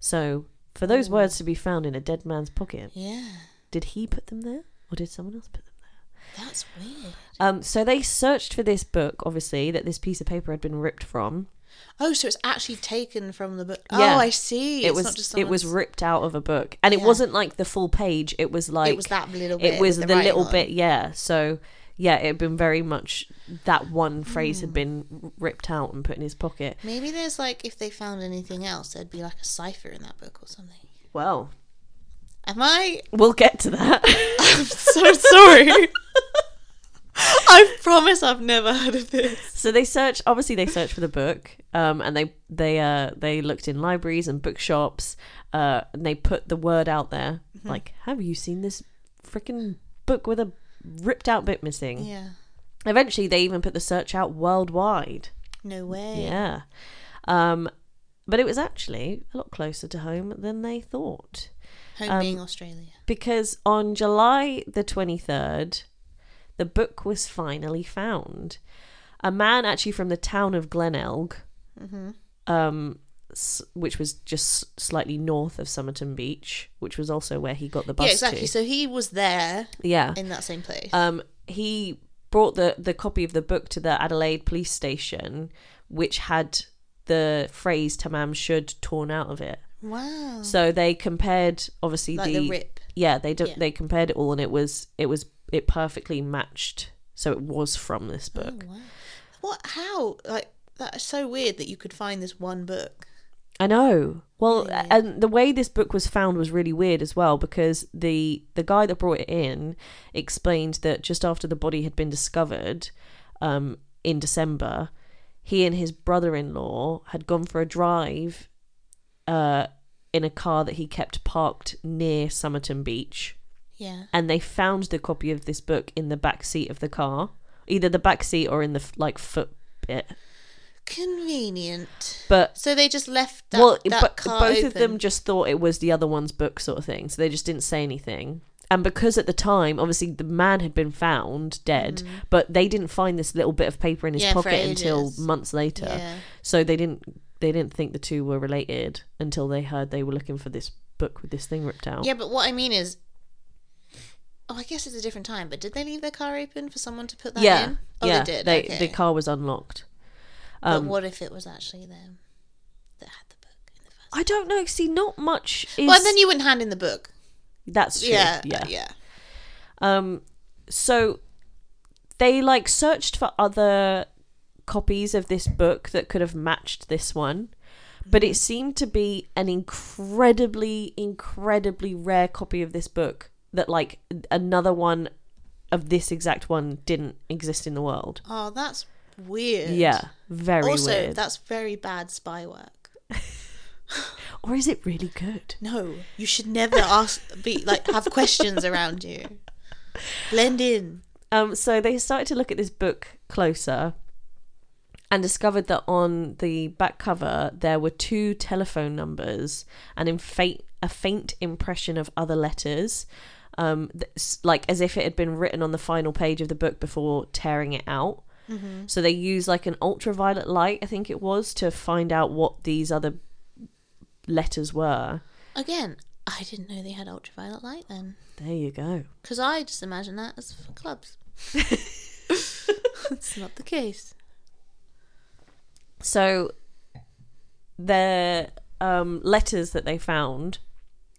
So, for those words to be found in a dead man's pocket,
yeah.
did he put them there or did someone else put them there?
That's weird.
Um, so they searched for this book, obviously, that this piece of paper had been ripped from.
Oh, so it's actually taken from the book.
Yeah.
Oh, I see.
it
It's
was
not just
it was
someone's-
ripped out of a book, and it
Yeah.
wasn't like the full page. It was like
it was that little bit.
it was
with
the,
writing
little
on.
bit, yeah. So yeah, it had been very much that one phrase
Hmm.
had been ripped out and put in his pocket.
Maybe there's like if they found anything else, there'd be like a cipher in that book or something.
Well,
Am I?
we'll get to that.
I'm so sorry. I promise I've never heard of this.
So they search. Obviously, they search for the book, um, and they they uh, they looked in libraries and bookshops, uh, and they put the word out there, like, "Have you seen this freaking book with a ripped out bit missing?"
Yeah.
Eventually, they even put the search out worldwide.
No way.
Yeah, um, but it was actually a lot closer to home than they thought,
Home
Um,
being Australia.
because on July the twenty third, the book was finally found. A man actually from the town of Glenelg,
Mm-hmm.
um, s- which was just slightly north of Somerton Beach, which was also where he got the bus
yeah, exactly.
to.
So he was there
Yeah.
in that same place.
Um, he brought the, the copy of the book to the Adelaide police station, which had the phrase Tamam should torn out of it.
wow.
So they compared, obviously,
Mm. Like the rip.
yeah they do,
Yeah.
they compared it all and it was it was it perfectly matched so it was from this book
Wow. What? How? Like that's so weird that you could find this one book.
I know. Well, and the way this book was found was really weird as well because the the guy that brought it in explained that just after the body had been discovered, um, in December, he and his brother-in-law had gone for a drive uh, in a car that he kept parked near Somerton Beach,
Yeah.
and they found the copy of this book in the back seat of the car, either the back seat or in the f- like foot bit.
Convenient.
But
So they just left that,
well,
that
but
car
both
open.
of them just thought it was the other one's book, sort of thing. So they just didn't say anything. And because at the time, obviously, the man had been found dead, but they didn't find this little bit of paper in his
Mm-hmm. Yeah, for
pocket until
ages.
months later.
Yeah.
So they didn't they didn't think the two were related until they heard they were looking for this book with this thing ripped out.
Yeah, but what I mean is, oh, I guess it's a different time. But did they leave their car open for someone to put that
yeah,
in? Oh,
yeah.
they did. okay.
The car was unlocked. um,
but what if it was actually them that had the book in the first?
I don't know. See, not much is.
Well, and then you wouldn't hand in the book.
that's true.
Yeah,
yeah.
yeah, yeah.
Um, so they like searched for other copies of this book that could have matched this one, but it seemed to be an incredibly, incredibly rare copy of this book that like another one of this exact one didn't exist in the world.
Oh, that's weird.
Yeah, very
also,
weird.
that's very bad spy work.
or is it really good?
No, you should never ask. Be like have questions around you. Blend in.
Um, so they started to look at this book closer and discovered that on the back cover there were two telephone numbers and in faint a faint impression of other letters um, th- s- like as if it had been written on the final page of the book before tearing it out so they used like an ultraviolet light i think it was to find out what these other letters were
Again, I didn't know they had ultraviolet light then,
there you go
because I just imagine that as for clubs. it's not the case.
So the um, letters that they found,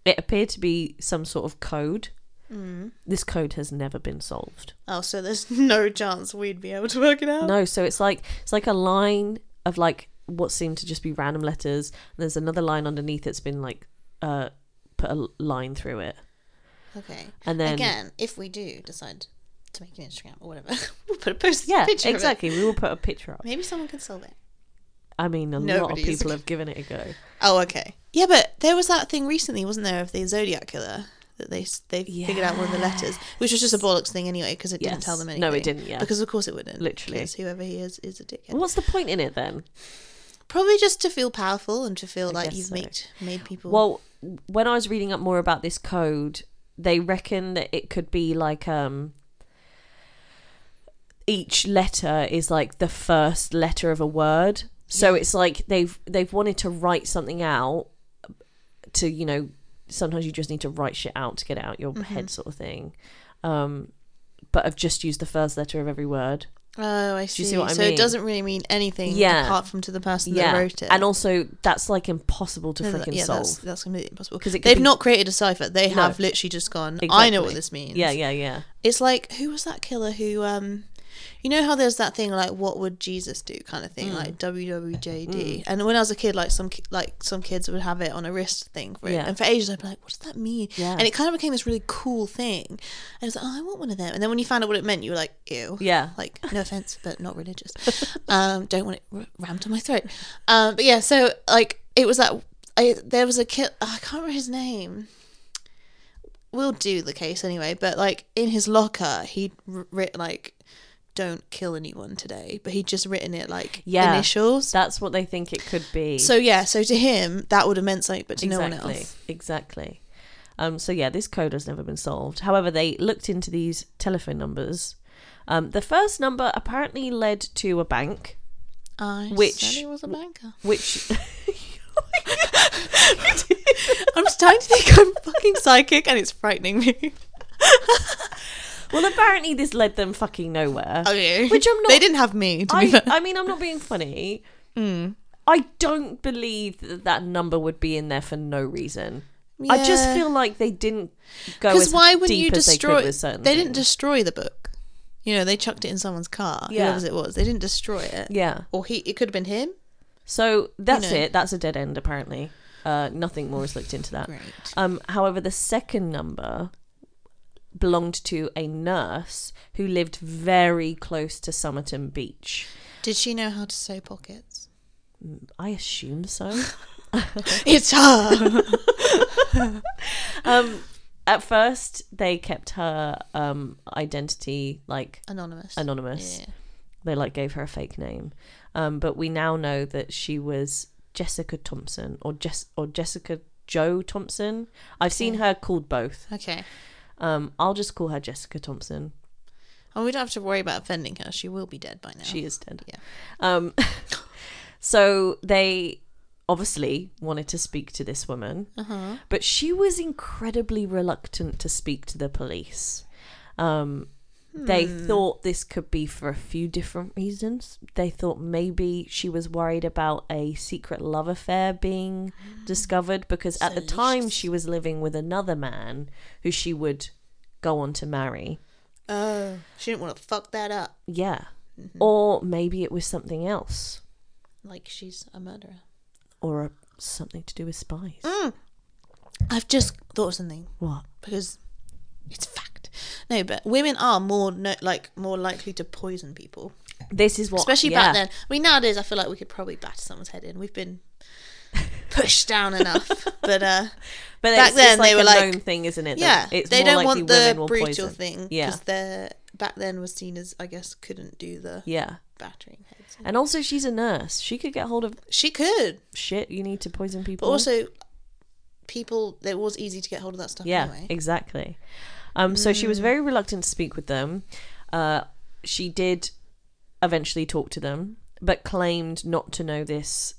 it appeared to be some sort of code.
Mm.
This code has never been solved.
Oh, so there's no chance we'd be able to work it out.
No, so it's like it's like a line of like what seemed to just be random letters. And there's another line underneath that's been like uh, put a line through it,
Okay.
and then
Again, if we do decide to make an Instagram or whatever, we'll put a post.
yeah,
picture of it.
exactly. We will put a picture up.
Maybe someone can solve it.
I mean, a lot of
Nobody's-
people have given it a go.
Oh, okay. Yeah, but there was that thing recently, wasn't there, of the Zodiac killer that they they figured out one of the letters, which was just a bollocks thing anyway, because it didn't tell
Yes.
them anything.
No, it didn't, yeah.
because of course it wouldn't.
Literally.
because whoever he is is a dickhead.
What's the point in it then?
Probably just to feel powerful and to feel like
guess
you've
so.
made made people.
Well, when I was reading up more about this code, they reckon that it could be like um each letter is like the first letter of a word. So it's like they've they've wanted to write something out to, you know, sometimes you just need to write shit out to get it out your
Mm-hmm.
head sort of thing. Um but I've just used the first letter of every word.
oh, I see.
you see what I
so
mean?
it doesn't really mean anything
Yeah.
apart from to the person
yeah.
that wrote it.
And also that's like impossible to
No, that-
freaking
yeah,
solve.
that's that's completely impossible
'Cause it could
they've
be-
not created a cipher. They have literally just gone. I know
Exactly.
what this means.
Yeah, yeah, yeah.
It's like who was that killer who um you know how there's that thing like what would Jesus do kind of
Mm.
thing like WWJD and when I was a kid like some ki- like some kids would have it on a wrist thing for it
Yeah.
and for ages I'd be like what does that mean
Yeah.
and it kind of became this really cool thing and it's like oh I want one of them and then when you found out what it meant you were like ew
Yeah.
like no offense but not religious um don't want it r- rammed to my throat um but yeah so like it was that I, there was a kid I can't remember his name we'll do the case anyway but like in his locker he'd wr- written like don't kill anyone today but he'd just written it like
Yeah.
initials
That's what they think it could be.
so yeah so to him that would have meant something but to
exactly,
no one else
Exactly. Um, so yeah, this code has never been solved. However, they looked into these telephone numbers. Um, the first number apparently led to a bank,
I
Which-
said he was a banker
which
I'm starting to think I'm fucking psychic and it's frightening me
well, apparently this led them fucking nowhere.
okay
Which I'm
they
not-
didn't have me Uh, to be
I,
fair Hmm.
I mean, I'm not being funny. I don't believe that that number would be in there for no reason. I just
Yeah.
feel like they didn't go
Because
as
why wouldn't
deep
you
as
destroy?
they
They,
could with certain
didn't
things.
destroy the book. You know, they chucked it in someone's car.
Yeah.
whoever's it was. They didn't destroy it.
yeah.
Or he. It could have been him.
So that's
know.
it. That's a dead end, apparently. Uh, nothing more is looked into that.
Great.
Um, however, the second number belonged to a nurse who lived very close to Somerton Beach.
Did she know how to sew pockets?
I assume so.
it's her.
um, at first, they kept her um, identity like
Anonymous.
anonymous.
Yeah.
They like gave her a fake name, um, but we now know that she was Jessica Thompson or Jess or Jessica Joe Thompson. I've seen her called both.
Okay.
Um, I'll just call her Jessica Thompson.
And Oh, we don't have to worry about offending her. She will be dead by now.
She is dead.
Yeah.
Um, so they obviously wanted to speak to this woman,
Uh-huh.
but she was incredibly reluctant to speak to the police. Um, They
Hmm.
thought this could be for a few different reasons. They thought maybe she was worried about a secret love affair being
Ah,
discovered because at the time she was living with another man who she would go on to marry.
Oh, she didn't want to fuck that up.
Yeah.
Mm-hmm.
Or maybe it was something else.
Like she's a murderer.
or a, something to do with spies.
Mm. I've just thought of something
What?
because it's fact. No, but women are more no, like more likely to poison people,
This is what,
especially
yeah.
back then. I mean, nowadays I feel like we could probably batter someone's head in. We've been pushed down enough, but uh,
But
Back
it's, it's
then,
like
they were
a
like-
known thing, isn't it?
yeah,
That it's
they
more
don't
likely
want the
women will
brutal
poison.
thing
Yeah,
because they're back then was seen as I guess couldn't do the
yeah.
battering heads.
And also, she's a nurse. She could get hold of
She could,
shit. You need to poison
but
people.
also people. It was easy to get hold of that stuff
yeah,
anyway. Mm.
exactly. Um, so she was very reluctant to speak with them. Uh, she did eventually talk to them, but claimed not to know this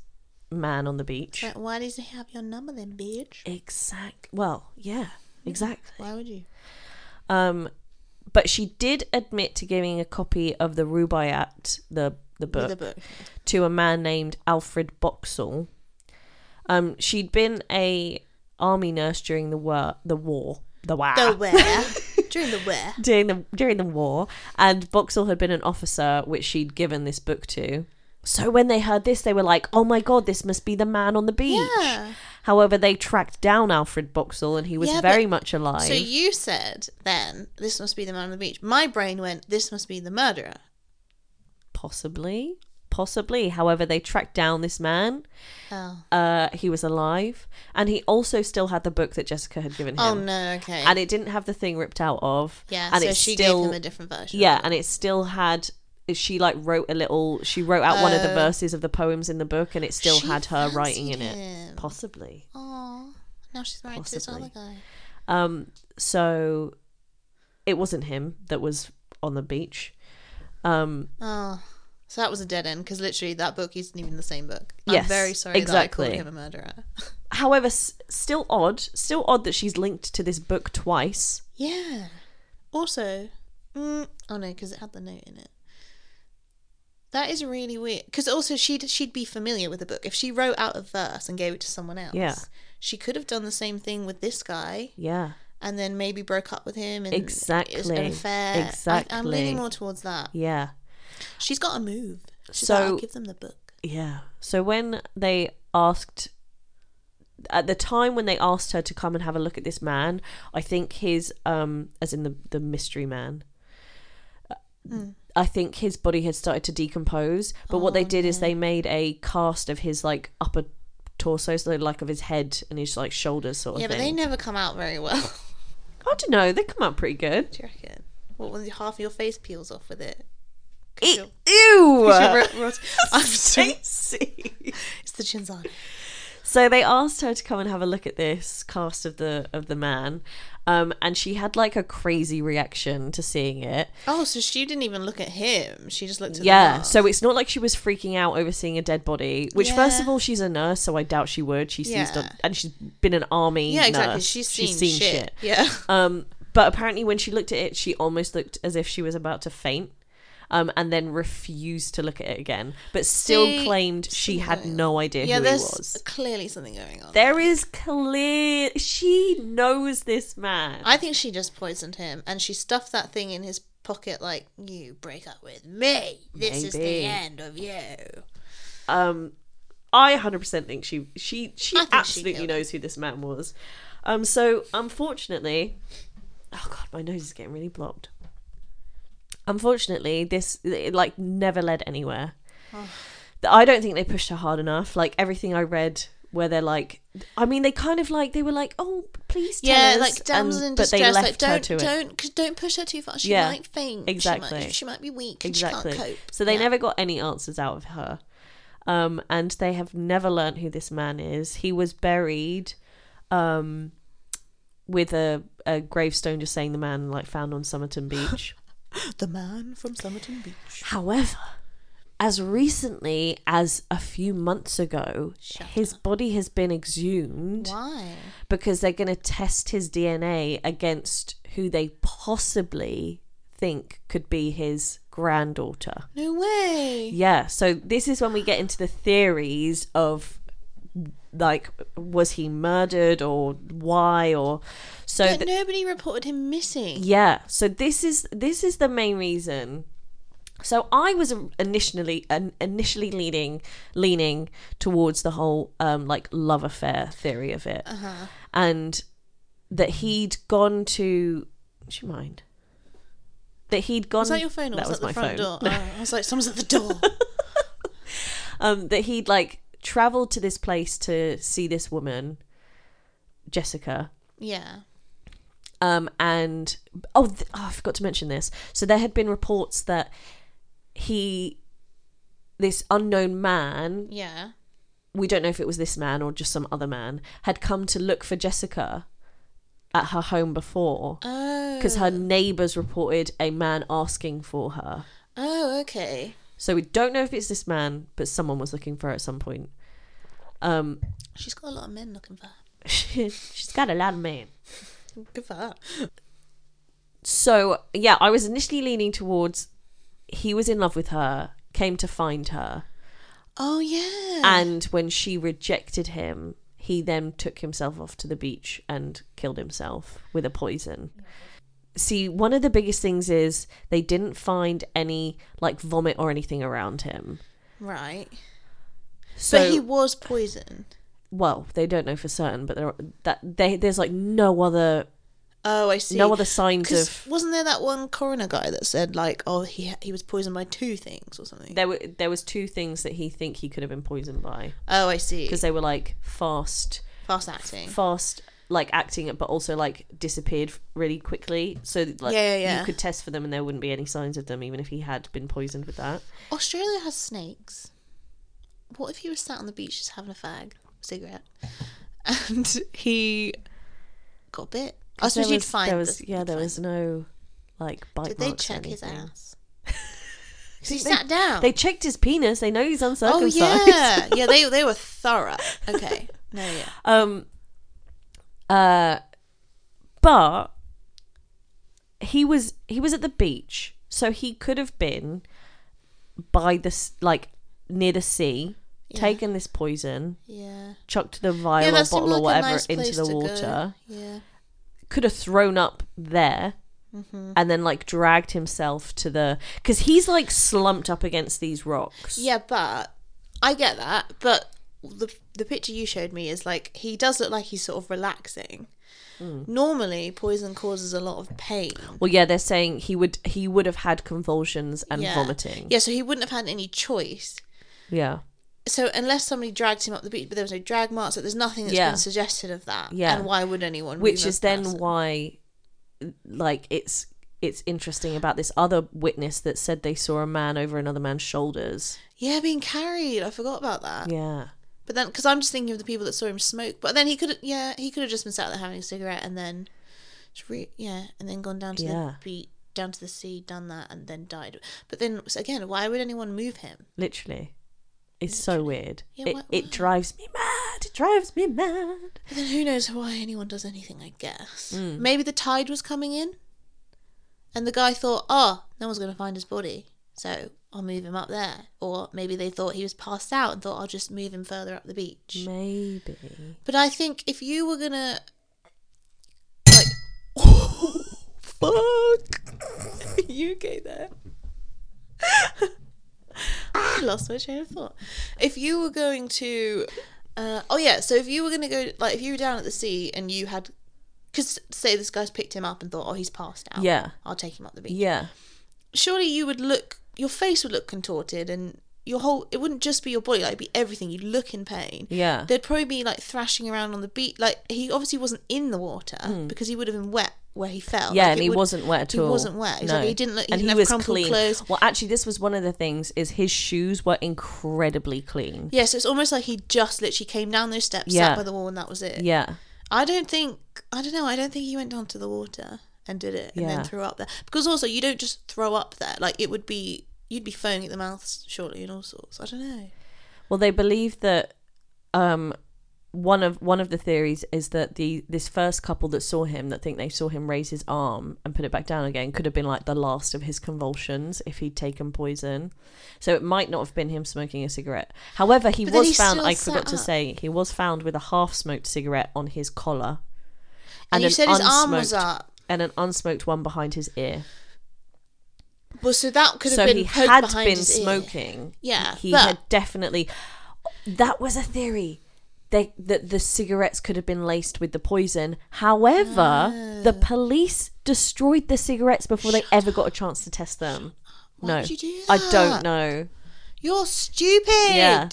man on the beach.
But why does he have your number then, bitch?
Exact. Well, yeah, exactly.
Why would you?
Um, but she did admit to giving a copy of the Rubaiyat, the the book,
With a book.
to a man named Alfred Boxall. Um, she'd been a army nurse during the war, the war, the war,
The where? During the where?
during the during the war, and Boxall had been an officer which she'd given this book to. So when they heard this, they were like, "Oh my god, this must be the man on the beach."
Yeah.
However, they tracked down Alfred Boxall, and he was
Yeah,
very
but-
much alive.
So you said then this must be the man on the beach. My brain went this must be the murderer.
Possibly. Possibly. However, they tracked down this man.
Oh,
Uh, he was alive. And he also still had the book that Jessica had given him.
oh no. Okay.
And it didn't have the thing ripped out of.
yeah.
And
so
it
she
still-
gave him a different version.
Yeah, and it still had. She like wrote a little. She wrote out one of the verses of the poems in the book, and it still
Uh, She
had her
fancied
writing in it.
him.
Possibly.
Aw, now she's married to this other guy.
Um. So, it wasn't him that was on the beach. Um.
Oh. So that was a dead end because literally that book isn't even the same book. I'm
Yes,
very sorry that I
exactly.
called him a murderer.
However, s- still odd. Still odd that she's linked to this book twice.
Yeah. Also, mm, oh no, because it had the note in it. That is really weird. Because also, she'd she'd be familiar with the book if she wrote out a verse and gave it to someone else.
Yeah.
She could have done the same thing with this guy,
Yeah.
and then maybe broke up with him. And It was
Exactly.
unfair. I, I'm
Exactly.
leaning more towards that.
Yeah.
She's got to move. She's
So-
like, I'll give them the book.
Yeah. So when they asked at the time when they asked her to come and have a look at this man, I think his um as in the the mystery man uh,
Hmm.
I think his body had started to decompose, but what they did is
Oh,
they made a cast of his like upper torso, so like of his head and his like shoulders, sort of
Yeah, but they
thing.
never come out very well.
I don't know. They come out pretty good.
Do you reckon? What when half your face peels off with it?
E-
Ew.
Ew.
I'm so,
Stacey.
it's the Chinzano.
So they asked her to come and have a look at this cast of the of the man, um, and she had like a crazy reaction to seeing it.
Oh, so she didn't even look at him. She just looked at
yeah,
The
so it's not like she was freaking out over seeing a dead body. Which, first of
Yeah.
all, she's a nurse, so I doubt she would. She sees,
Yeah.
and she's been an army.
yeah, exactly.
nurse.
She's seen, shit. Yeah.
Um, but apparently, when she looked at it, she almost looked as if she was about to faint. Um, and then refused to look at it again, but still
See,
claimed she had no idea
Yeah,
who he
there's
was.
clearly something going on.
There is clear. She knows this man.
I think she just poisoned him and she stuffed that thing in his pocket like, you break up with me. This is the
Maybe.
end of you.
Um, I 100% think she she she
I think she
absolutely
killed
knows who this man was. Um, so unfortunately, oh god, my nose is getting really blocked. Unfortunately, this it, like never led anywhere. I don't think they pushed her hard enough. Like everything I read, where they're like, I mean, they kind of like they were like, oh, please, tell
yeah,
us,"
like damsel
and-
in
but they
distress. Like
left her
don't,
to it.
don't, cause don't push her too far. She
Yeah,
might faint. She
exactly.
might, she might be weak. and
exactly.
She can't cope.
So they
Yeah.
never got any answers out of her, um, and they have never learnt who this man is. He was buried, um, with a, a gravestone just saying the man like found on Somerton Beach.
The man from Somerton Beach.
However, as recently as a few months ago, his body has been exhumed
Why?
because they're going to test his DNA against who they possibly think could be his granddaughter.
No way.
Yeah, so this is when we get into the theories of like was he murdered or why or so
But
th-
nobody reported him missing.
yeah so this is this is the main reason so i was initially an- initially leaning leaning towards the whole um like love affair theory of it
Uh-huh.
and that he'd gone to do you mind that he'd gone
Was that your phone or
that
was,
was
Um, that
my
the front door?
phone
Oh, I was like, someone's at the door.
um, that he'd like traveled to this place to see this woman, Jessica.
yeah.
Um, and oh, th- oh, I forgot to mention this. So there had been reports that he, this unknown man,
Yeah.
we don't know if it was this man or just some other man, had come to look for Jessica at her home before
Oh.
because her neighbors reported a man asking for her.
Oh, okay.
So we don't know if it's this man, but someone was looking for her at some point. Um,
She's got a lot of men looking for her.
she's got a lot of man.
Good for her.
So yeah, I was initially leaning towards he was in love with her, came to find her,
Oh yeah.
and when she rejected him, he then took himself off to the beach and killed himself with a poison. See, one of the biggest things is they didn't find any like vomit or anything around him.
right.
So
but he was poisoned.
well, they don't know for certain, but there that they there's like no other
Oh, I see.
no other signs
'Cause
of
wasn't there that one coroner guy that said like, oh, he he was poisoned by two things or something?
there were there was two things that he think he could have been poisoned by.
Oh, I see.
because they were like fast,
Fast acting.
fast like acting, but also like disappeared really quickly. So like
Yeah, yeah, yeah.
you could test for them, and there wouldn't be any signs of them, even if he had been poisoned with that.
Australia has snakes. What if he was sat on the beach just having a fag, cigarette, and he got bit? I
There
suppose you'd
was-
Oh, find.
there
the-
was yeah, there was no like bite.
Did they
marks or
check his
anything.
ass? 'Cause he sat down.
They checked his penis. They know he's
oh
uncircumcised.
yeah, yeah. They they were thorough. Okay, no, yeah.
Um. Uh, but he was he was at the beach, so he could have been by the s- like near the sea, taken this poison,
Yeah.
chucked the vial
yeah,
or
seemed
bottle
like
or
a
whatever
nice
into
place
the
to go.
water,
Yeah.
could have thrown up there.
Mm-hmm.
And then, like, dragged himself to the because he's like slumped up against these rocks.
Yeah, but I get that. But the the picture you showed me is like he does look like he's sort of relaxing.
Mm.
Normally, poison causes a lot of pain.
Well, yeah, they're saying he would he would have had convulsions and
yeah.
vomiting.
Yeah, so he wouldn't have had any choice.
yeah,
So unless somebody dragged him up the beach, but there was no drag marks, like, there's nothing that's
Yeah.
been suggested of that.
Yeah.
And why would anyone?
which
move a
is then
person?
why like it's it's interesting about this other witness that said they saw a man over another man's shoulders
yeah, being carried. I forgot about that.
yeah
But then, because I'm just thinking of the people that saw him smoke. But then he could, yeah, he could have just been sat there having a cigarette and then, just re- yeah, and then gone down to
Yeah.
the beach, down to the sea, done that, and then died. But then so again, why would anyone move him?
literally it's so weird
Yeah,
it,
why- why?
it drives me mad it drives me mad
But then who knows why anyone does anything? I guess maybe the tide was coming in, and the guy thought, oh, no one's gonna find his body, so I'll move him up there. Or maybe they thought he was passed out and thought I'll just move him further up the beach.
maybe
But I think if you were gonna
fuck you okay there
I lost my train of thought. If you were going to, uh, oh yeah, so if you were going to go, like, if you were down at the sea and you had because say this guy's picked him up and thought, oh, he's passed out.
Yeah.
I'll take him up the beach.
Yeah.
Surely you would look, your face would look contorted and your whole, it wouldn't just be your body, like, it'd be everything. You'd look in pain.
Yeah.
There'd probably be like thrashing around on the beach. Like, he obviously wasn't in the water because he would have been wet where he fell.
Hmm. Yeah,
Like,
and
it
he
would-
wasn't wet at
he
all.
wasn't wet. Exactly. He didn't look- he
and
didn't
he
have
was
crumpled
clean.
clothes.
Well, actually, this was one of the things: is his shoes were incredibly clean.
Yeah, so it's almost like he just literally came down those steps,
Yeah.
sat by the wall, and that was it.
Yeah,
I don't think I don't know. I don't think he went down to the water and did it, and
Yeah.
then threw up there. Because also, you don't just throw up there. Like it would be, you'd be foaming at the mouth, surely, and all sorts. I don't know.
Well, they believe that um, one of one of the theories is that the this first couple that saw him that think they saw him raise his arm and put it back down again could have been like the last of his convulsions if he'd taken poison. So it might not have been him smoking a cigarette. However, he
But then
was
he
found.
still
I
sat
forgot to
up.
say he was found with a half smoked cigarette on his collar.
And, you
an
said his arm was
unsmoked-
up.
And an unsmoked one behind his ear.
Well, so that could have
so
been
he
poked
had
behind
been
his ear.
smoking.
Yeah,
he
but-
had definitely. That was a theory. They, that the cigarettes could have been laced with the poison. However, the
Ah.
police destroyed the cigarettes before they ever got a chance to test them.
Why
no,
would you do
I don't
that?
know.
You're stupid.
Yeah.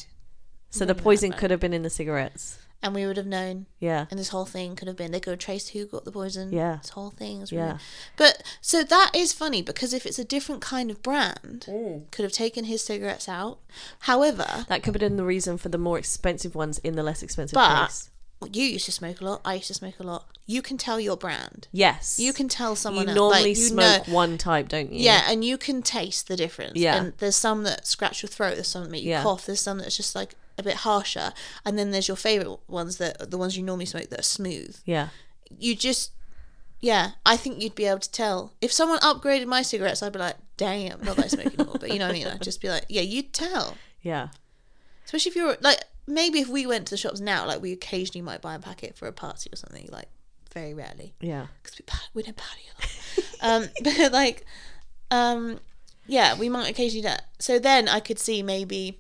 So the poison could have been in the cigarettes.
And we would have known.
Yeah,
And this whole thing could have been they could have traced who got the poison.
Yeah.
This whole thing is
Yeah.
yeah. But so that is funny because if it's a different kind of brand, could have taken his cigarettes out. However,
that could have been the reason for the more expensive ones in the less expensive
But-
place.
you used to smoke a lot. I used to smoke a lot. You can tell your brand.
Yes,
You can tell
You
someone else.
normally
like, you
smoke
know-
one type, don't you?
yeah, and you can taste the difference.
Yeah.
And there's some that scratch your throat. There's some that make you
Yeah.
cough. There's some that's just like a bit harsher. And then there's your favorite ones that the ones you normally smoke that are smooth.
yeah.
you just yeah i think you'd be able to tell if someone upgraded my cigarettes i'd be like damn not that i smoke anymore but you know what i mean i'd just be like yeah you'd tell
Yeah.
especially if you're like maybe if we went to the shops now like we occasionally might buy a packet for a party or something like very rarely
Yeah.
because we, par- we don't party a lot um but like um yeah we might occasionally do that so then i could see maybe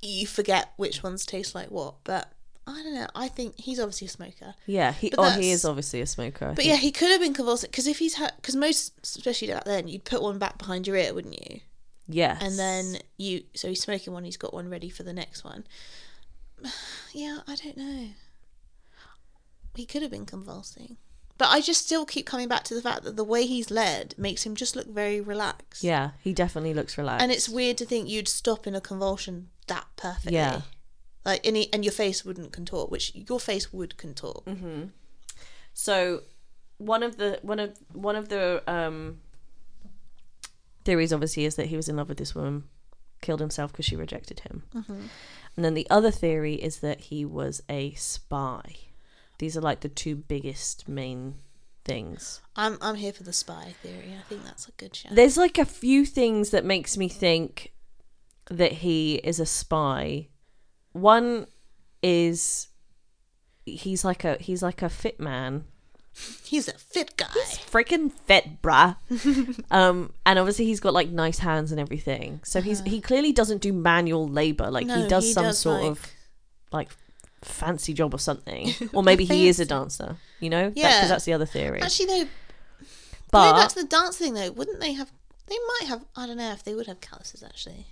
you forget which ones taste like what but i don't know i think he's obviously a smoker
Yeah, he
But
oh he
that's-
is obviously a smoker. I
But
think.
yeah, he could have been convulsing because if he's had, because most, especially back then, you'd put one back behind your ear, wouldn't you?
yes,
And then you, so he's smoking one, he's got one ready for the next one. Yeah, I don't know. He could have been convulsing. But I just still keep coming back to the fact that the way he's led makes him just look very relaxed.
yeah, he definitely looks relaxed.
And it's weird to think you'd stop in a convulsion that perfectly.
Yeah.
Like, and, he, and your face wouldn't contort, which your face would contort.
Mm-hmm. so one of the one of one of the um theories obviously is that he was in love with this woman, killed himself because she rejected him.
Mm-hmm.
And then the other theory is that he was a spy. These are like the two biggest main things.
I'm, I'm here for the spy theory. I think that's a good shout.
There's like a few things that makes me think that he is a spy. One is he's like a he's like a fit man.
He's a fit guy.
Freaking fit, bruh. um, and obviously he's got like nice hands and everything. So he's he clearly doesn't do manual labor. Like he
Uh-huh. No,
does
he
some
does,
sort
like-
of like fancy job or something. Or maybe he is a
Fancy.
dancer. You know, because
Yeah.
that's the other theory.
Actually, though, going back
but
to the dance thing, though, wouldn't they have? They might have. I don't know if they would have calluses. Actually,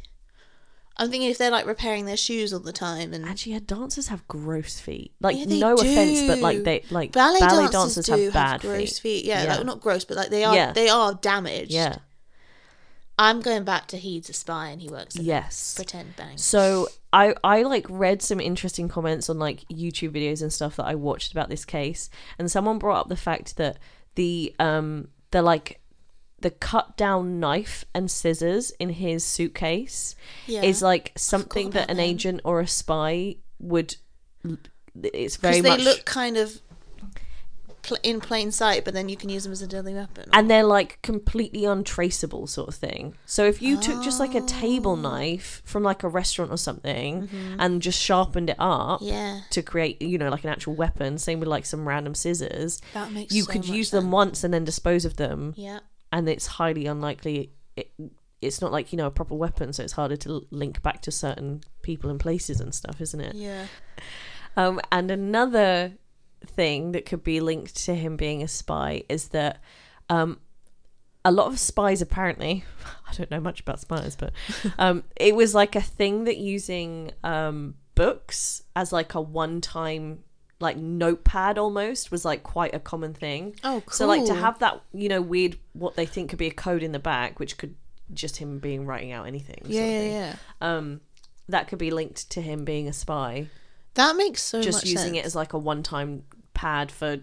I'm thinking if they're like repairing their shoes all the time and
Actually, yeah, dancers have gross feet. Like
Yeah, they
no offense, but
do.
like they like
ballet,
ballet,
dancers,
dancers,
do
have bad
gross
feet.
feet. Yeah,
Yeah.
like not gross, but like they are
Yeah.
they are damaged.
Yeah.
I'm going back to he's a spy and he works at
Yes.
pretend bang.
So I I like read some interesting comments on like YouTube videos and stuff that I watched about this case, and someone brought up the fact that the um the like the cut down knife and scissors in his suitcase
Yeah.
is like something
about
that an
them.
agent or a spy would. It's very
Because they
much
look kind of pl- in plain sight, but then you can use them as a deadly weapon.
and they're like completely untraceable sort of thing so if you took just like a table
Ah.
knife from like a restaurant or something and just sharpened it up
Mm-hmm. yeah,
to create you know like an actual weapon same with like some random scissors
that makes
you
so
could
much
use
sense.
them once and then dispose of them
Yeah,
and it's highly unlikely it, it's not like you know a proper weapon so it's harder to l- link back to certain people and places and stuff isn't it
yeah.
um, and another thing that could be linked to him being a spy is that um, a lot of spies apparently i don't know much about spies but um, it was like a thing that using um, books as like a one-time like notepad almost was like quite a common thing
Oh, cool.
so like to have that you know weird what they think could be a code in the back which could just him being writing out anything
yeah,
sort of
yeah,
thing.
yeah.
um that could be linked to him being a spy
That makes so
just
much
using
sense.
it as like a one-time pad for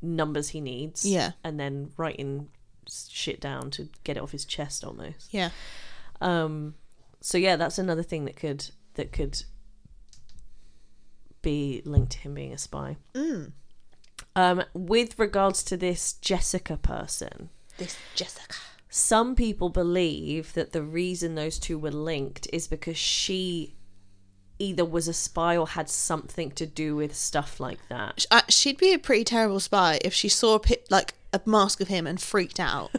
numbers he needs
Yeah.
and then writing s- shit down to get it off his chest almost
yeah,
um so yeah that's another thing that could that could be linked to him being a spy
Mm.
um with regards to this jessica person
this Jessica.
some people believe that the reason those two were linked is because she either was a spy or had something to do with stuff like that.
Sh- uh, She'd be a pretty terrible spy if she saw a pi- like a mask of him and freaked out.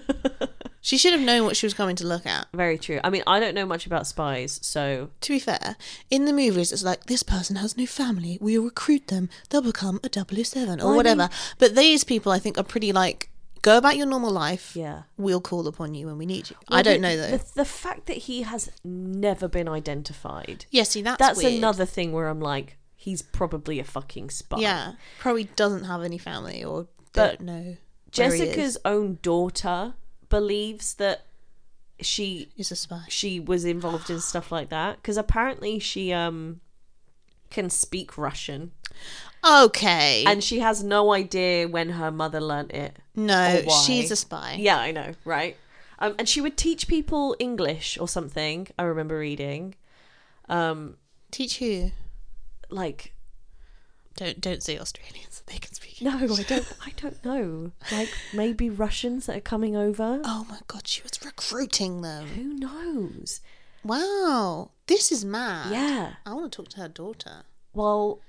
she should have known what she was coming to look at.
Very true. I mean, I don't know much about spies, so
To be fair, in the movies, it's like this person has no family. We'll recruit them. They'll become a 007 or
I
whatever. but these people, I think, are pretty like go about your normal life.
yeah.
We'll call upon you when we need you. I
Well,
don't
the-
know though.
The, the fact that he has never been identified.
yeah, see, that's
That's
weird.
another thing where I'm like, he's probably a fucking spy.
Yeah, probably doesn't have any family or
But
don't know. where he
Jessica's own daughter believes that she
is. is a spy.
she was involved in stuff like that because apparently she um can speak Russian
Okay,
and she has no idea when her mother learnt it.
no,
or why.
she's a spy.
Yeah, I know, right? Um, and she would teach people English or something. I remember reading, um,
Teach who?
like
Don't don't say Australians. They can speak.
no, I don't, I don't know, like maybe Russians that are coming over.
Oh my god, she was recruiting them.
Who knows?
Wow, this is mad.
Yeah.
I want to talk to her daughter.
Well,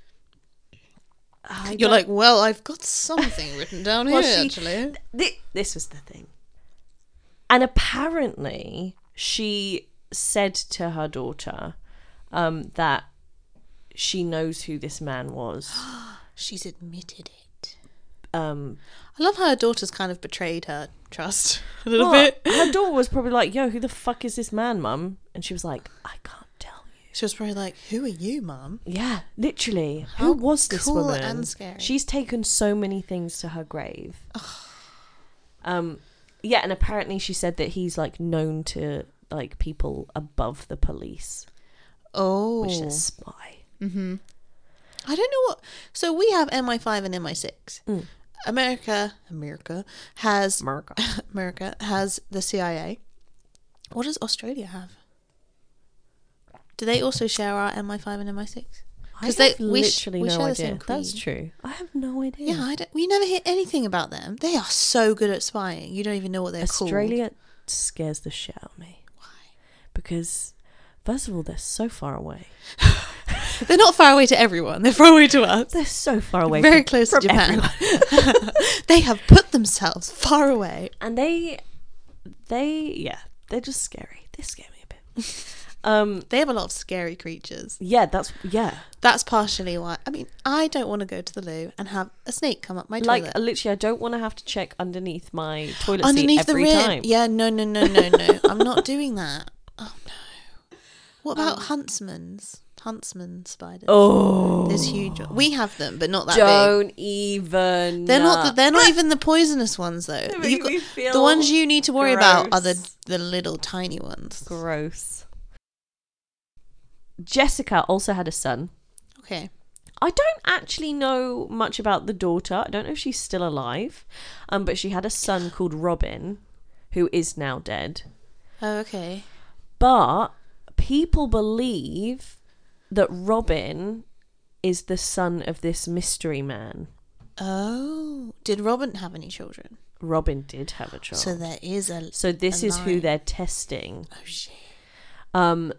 I
You're
don't-
like, well, I've got something written down
Well,
here.
she-
actually,
Thi- this was the thing. And apparently, she said to her daughter um, that she knows who this man was.
she's admitted it.
Um,
I love how her daughter's kind of betrayed her trust a little
but
bit.
her daughter was probably like, "Yo, who the fuck is this man, mum?" And she was like, "I can't tell you."
She was probably like, "Who are you, mum?"
Yeah, literally.
How
who was this
cool
woman?
and scary.
She's taken so many things to her grave. um, yeah, and apparently she said that he's like known to like people above the police.
Oh,
which is a spy.
I don't know what. So we have MI5 and MI6.
Mm.
America, America has
America.
America has the CIA. What does Australia have? Do they also share our MI5 and MI6?
Because
they-
they
we sh-
literally
we
no
share the
idea.
same
That's
creed.
true. I have no idea.
Yeah, I don't, we never hear anything about them. They are so good at spying. You don't even know what they're called.
Australia scares the shit out of me because, first of all, they're so far away.
They're not far away to everyone. They're far away to us.
They're so far away.
Very
from-
close
from
to Japan.
everyone.
they have put themselves far away.
and they, they, yeah, they're just scary. They scare me a bit. um,
They have a lot of scary creatures.
yeah, that's yeah.
That's partially why. I mean, I don't want to go to the loo and have a snake come up my
Like
toilet.
literally, I don't want to have to check underneath my toilet
Underneath
seat every
the rim.
time.
Yeah, no, no, no, no, no. I'm not doing that. Oh no. What
Um,
about huntsman's? Huntsman spiders.
Oh,
There's huge. We have them, but not that big.
don't even.
They're not. The, they're not even the poisonous ones though.
make
You've got-
me feel
the ones you need to worry about are the
gross.
the little tiny ones.
Gross. Jessica also had a son.
Okay.
I don't actually know much about the daughter. I don't know if she's still alive, um, but she had a son called Robin, who is now dead.
Oh, okay.
But people believe that Robin is the son of this mystery man.
Oh, did Robin have any children?
Robin did have a child,
So
so,
there is a.
this
a
is who
line.
they're testing.
Oh shit.
Um,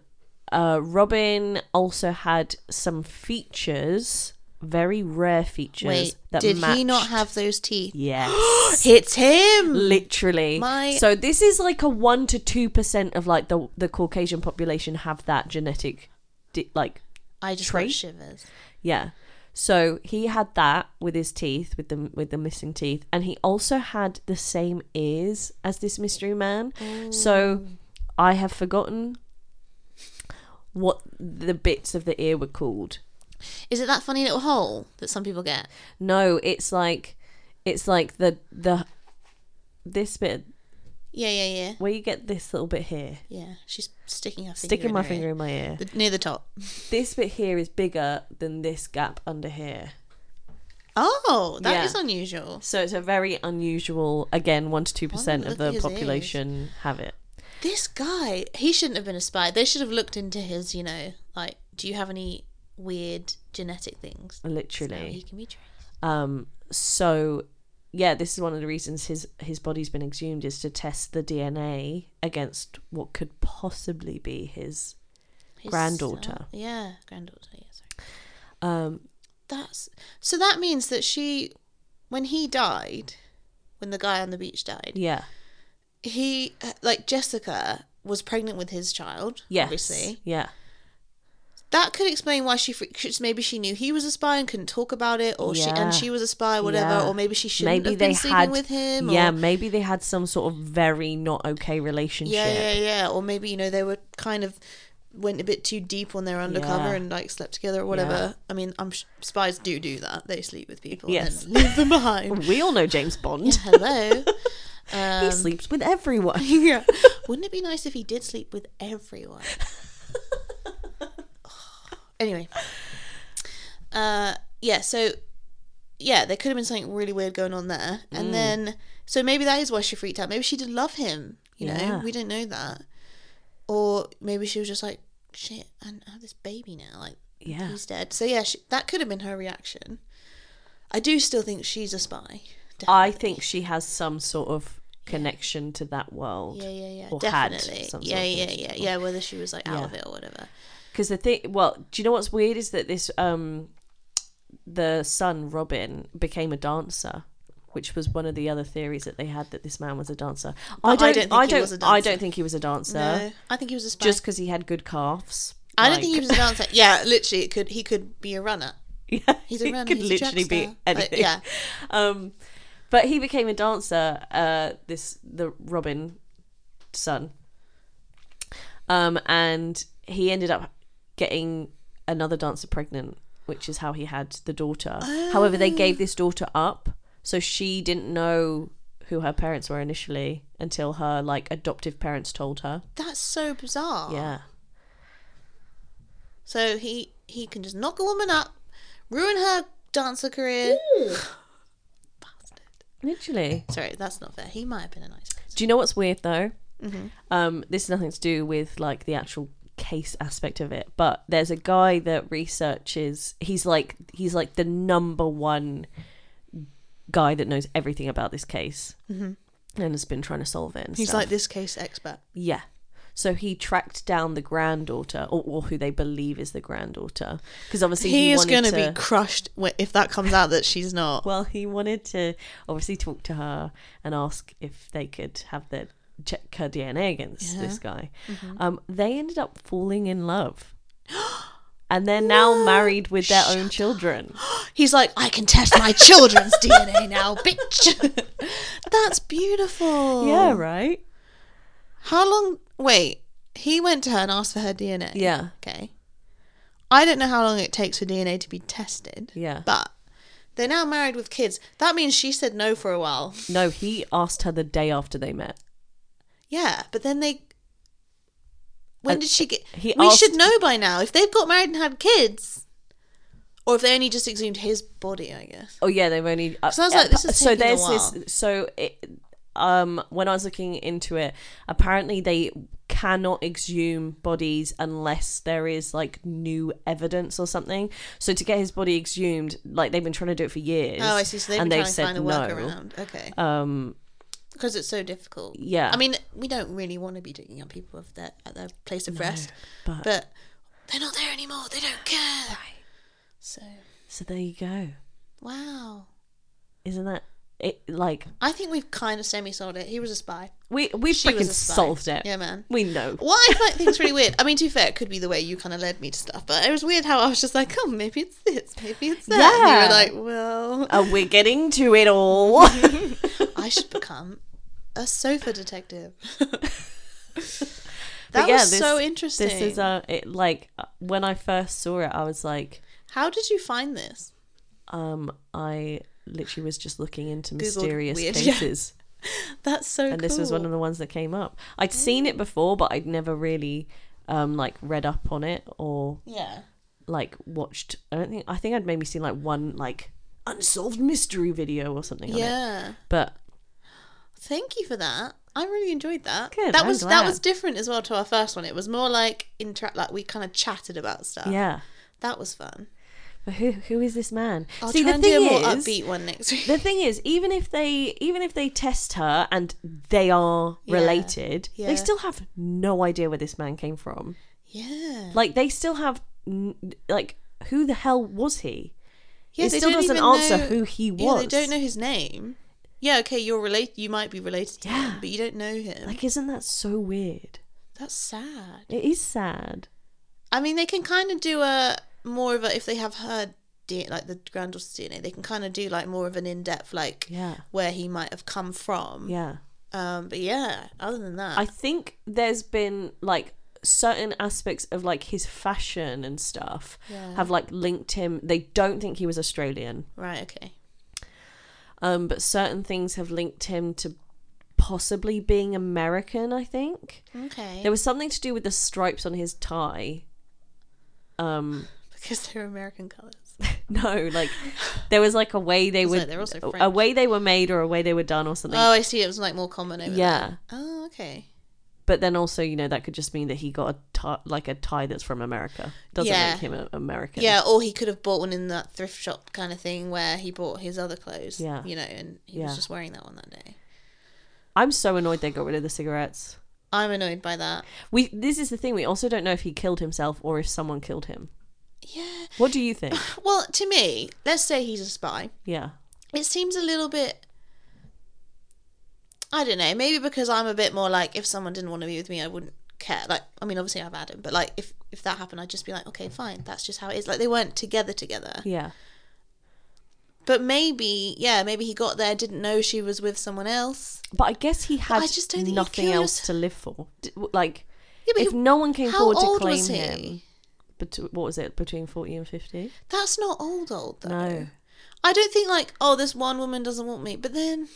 uh, Robin also had some features, very rare features.
Wait,
that
did he not
matched-
have those teeth?
Yes,
It's him.
literally.
My-
So this is like a one to two percent of like the the Caucasian population have that genetic, di- like
I just
Trait?
got shivers.
yeah. So he had that with his teeth, with the with the missing teeth, and he also had the same ears as this mystery man.
Oh.
So I have forgotten what the bits of the ear were called.
Is it that funny little hole that some people get?
No, it's like it's like the the this bit
Yeah, yeah, yeah.
where you get this little bit here.
Yeah, she's sticking her finger.
Sticking
in
my
her
finger
ear.
in my ear.
The- near the top.
This bit here is bigger than this gap under here.
Oh, that is
Yeah.
unusual.
So it's a very unusual again 1 to 2%
Wonder
of
if it
the
is.
population have it.
This guy, he shouldn't have been a spy. They should have looked into his, you know, like, do you have any weird genetic things? Now he
Literally.
can be traced.
Um so yeah, this is one of the reasons his his body's been exhumed is to test the DNA against what could possibly be his.
His
Granddaughter.
son- yeah, granddaughter. Yeah, sorry.
Um
That's so. That means that she, when he died, when the guy on the beach died,
yeah.
he uh, like Jessica was pregnant with his child.
Yes.
obviously.
Yeah.
that could explain why she freaked. 'cause Maybe she knew he was a spy and couldn't talk about it, or she
Yeah.
and she was a spy, whatever.
Yeah.
Or maybe she shouldn't
Maybe
have
they
been sleeping
had
with him.
Yeah,
Or,
maybe they had some sort of very not okay relationship.
yeah, yeah, yeah. Or maybe you know they were kind of went a bit too deep on their undercover
Yeah.
and like slept together or whatever. I mean, I'm sh- spies do do that. They sleep with people.
Yes.
and then leave them behind.
We all know James Bond.
Hello.
he
Um,
sleeps with everyone.
yeah. Wouldn't it be nice if he did sleep with everyone? anyway. Uh yeah, so yeah, there could have been something really weird going on there. And
Mm.
then so maybe that is why she freaked out. Maybe she did love him, you know.
Yeah.
We don't know that. Or maybe she was just like, shit, I I have this baby now, like
Yeah.
he's dead. So yeah, she, that could have been her reaction. I do still think she's a spy.
I think she has some sort of connection to that world.
Yeah, yeah, yeah.
Or had
Definitely. yeah,
some sort of
yeah,
connection
yeah, yeah. Whether she was like out
Yeah.
of it or whatever.
Because the thing, well, do you know what's weird is that this, um, the son Robin became a dancer, which was one of the other theories that they had that this man was a dancer. I
But
don't,
I
I
don't
don't,
think
I
he
don't,
was a
I
dancer.
don't think he was a dancer.
No, I think he was a spy.
Just because he had good calves.
I don't think he was
Like-
a dancer. Yeah, literally, it could he could be a runner.
Yeah,
He's a
he
runner,
could
he's a track
literally be
star. Like,
anything.
yeah.
Um, but he became a dancer. Uh, this the Robin son. Um, and he ended up getting another dancer pregnant, which is how he had the daughter. However, they gave this daughter up, so she didn't know who her parents were initially until her like adoptive parents told her.
That's so bizarre.
Yeah.
So he he can just knock a woman up, ruin her dancer career.
Literally.
Sorry, that's not fair. He might have been a nice. person.
Do you know what's weird though?
Mm-hmm.
Um, this is nothing to do with like the actual case aspect of it, but there's a guy that researches. He's like he's like the number one guy that knows everything about this case and has been trying to solve it. And
Mm-hmm. He's
stuff.
like this case expert.
Yeah. So he tracked down the granddaughter, or, or who they believe is the granddaughter, because obviously
he is
going to
be crushed wh- if that comes out that she's not.
well, he wanted to obviously talk to her and ask if they could have their check her DNA against this guy. Um, they ended up falling in love, and they're now married with their own children.
He's like, I can test my children's DNA now, bitch. that's beautiful.
Yeah, right.
How long? Wait, he went to her and asked for her DNA.
Yeah.
Okay. I don't know how long it takes for DNA to be tested.
Yeah.
But they're now married with kids. That means she said no for a while.
No, he asked her the day after they met.
Yeah. But then they. When
Uh,
did she get.
he
we should
asked-
know by now. If they've got married and had kids. Or if they only just exhumed his body, I guess.
Oh yeah, they've only. uh,
So I was like, this is
so
taking a
there's
while.
this. So it, um, when I was looking into it, apparently they cannot exhume bodies unless there is like new evidence or something. So to get his body exhumed, like they've been trying to do it for years.
Oh, I see. So they've been
and
trying
they've
to
said
find a
no.
workaround. Okay.
Um,
Because it's so difficult.
Yeah.
I mean, we don't really want to be digging up people of their, at their place of rest.
but-
but they're not there anymore. They don't care. So,
so there you go.
wow.
Isn't that it like
I think we've kind of semi solved it. He was a spy.
we we
She
freaking
was a spy.
solved it.
Yeah, man.
We know.
What I find things really weird. I mean, to be fair, it could be the way you kind of led me to stuff, but it was weird how I was just like, oh, maybe it's this, maybe it's that. And you were like, well,
Uh, we're getting to it all.
I should become a sofa detective.
But
that
yeah,
was
this-
so interesting.
This is uh, it, like uh, when I first saw it, I was like,
how did you find this?
um, I literally was just looking into mysterious
weird, yeah.
cases,
That's so
and this was one of the ones that came up. I'd seen it before, but I'd never really, um, like read up on it or
Yeah.
like watched. I don't think I think I'd maybe seen like one like unsolved mystery video or something. on it.
Yeah.
but
Thank you for that. I really enjoyed that.
Good,
that
I'm
was that
glad.
was different as well to our first one. It was more like interact like we kind of chatted about stuff.
yeah.
That was fun.
But who who is this man?
I'll try and do a more upbeat one next week.
the thing is even if they even if they test her and they are
Yeah.
related
Yeah.
they still have no idea where this man came from
yeah.
like they still have n- like who the hell was he
yeah
it
they
still
don't
doesn't
even
answer
know-
who he
Yeah,
was
they don't know his name. Yeah, okay, you're related. You might be related to him,
Yeah.
but you don't know him.
like isn't that so weird
That's sad.
it is sad
I mean, they can kind of do a more of a if they have her D like the granddaughter's DNA, they can kind of do like more of an in depth like
yeah
where he might have come from.
yeah
Um, but yeah, other than that,
i think there's been like certain aspects of like his fashion and stuff
Yeah.
have like linked him they don't think he was australian
right? Okay.
um, but certain things have linked him to possibly being American. I think
Okay.
there was something to do with the stripes on his tie. Um,
because they're American colors.
no, like there was like a way they
It's
were
like they're also
a
French.
way they were made or a way they were done or something.
Oh, I see. It was like more common over there.
yeah,
Oh, okay.
but then also you know that could just mean that he got a tie, like a tie that's from America. Doesn't
Yeah.
make him a- American.
Yeah, or he could have bought one in that thrift shop kind of thing where he bought his other clothes.
Yeah.
You know, and he
Yeah.
was just wearing that one that day.
I'm so annoyed they got rid of the cigarettes.
I'm annoyed by that.
We this is the thing. We also don't know if he killed himself or if someone killed him.
Yeah.
What do you think?
Well, to me, let's say he's a spy.
yeah.
It seems a little bit. I don't know. Maybe because I'm a bit more like, if someone didn't want to be with me, I wouldn't care. Like, I mean, obviously I have Adam, but like, if if that happened, I'd just be like, okay, fine. That's just how it is. Like, they weren't together together.
Yeah.
But maybe, yeah, maybe he got there, didn't know she was with someone else.
But I guess he had
I just don't think you'd
nothing
kill
else to live for. D- w- Like,
Yeah, but
if
he-
no one came
how
forward to
old
claim
was he?
him, but what was it between forty and fifty?
That's not old, old though.
No.
I don't think like, oh, this one woman doesn't want me. But then,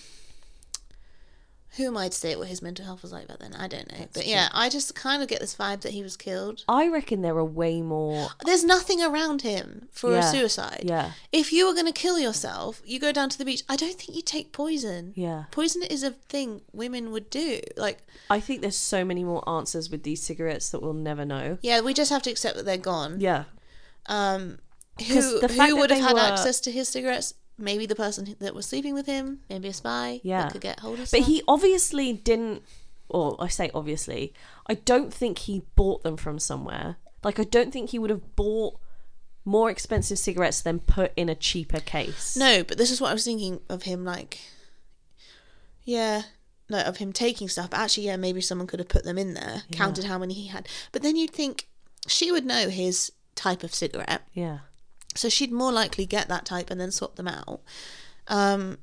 who am I to say what his mental health was like back then? I don't know. but yeah, I just kind of get this vibe that he was killed.
I reckon there are way more.
There's nothing around him for a
Yeah.
suicide.
Yeah,
If you were going to kill yourself, you go down to the beach. I don't think you take poison.
yeah.
Poison is a thing women would do. Like,
I think there's so many more answers with these cigarettes that we'll never know.
yeah, we just have to accept that they're gone.
Yeah,
Um,
'Cause
who
the fact
who would
that
have
they
had
were-
access to his cigarettes? Maybe the person that was sleeping with him. Maybe a spy.
Yeah.
that could get hold of.
but
stuff.
he obviously didn't. Or I say obviously, I don't think he bought them from somewhere. Like, I don't think he would have bought more expensive cigarettes than put in a cheaper case.
No, but this is what I was thinking of him like Yeah. No, of him taking stuff. But actually, yeah, maybe someone could have put them in there, counted how many he had. But then you'd think she would know his type of cigarette.
Yeah.
So she'd more likely get that type and then swap them out. Um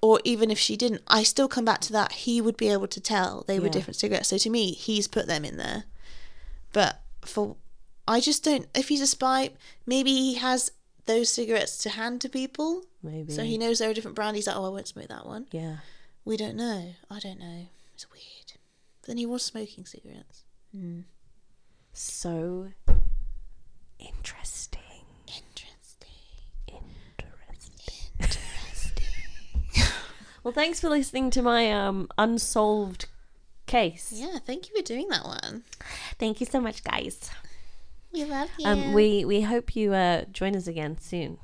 or even if she didn't, I still come back to that. He would be able to tell they were
Yeah.
different cigarettes. So to me, he's put them in there. But for I just don't if he's a spy, maybe he has those cigarettes to hand to people
Maybe.
so he knows there are different brands. He's like, oh, I won't smoke that one.
Yeah.
We don't know. I don't know. It's weird. But then he was smoking cigarettes.
so interesting.
Interesting.
Interesting. well, thanks for listening to my um unsolved case.
Yeah, thank you for doing that one.
Thank you so much, guys.
Um, We love you.
Um, we we hope you uh join us again soon.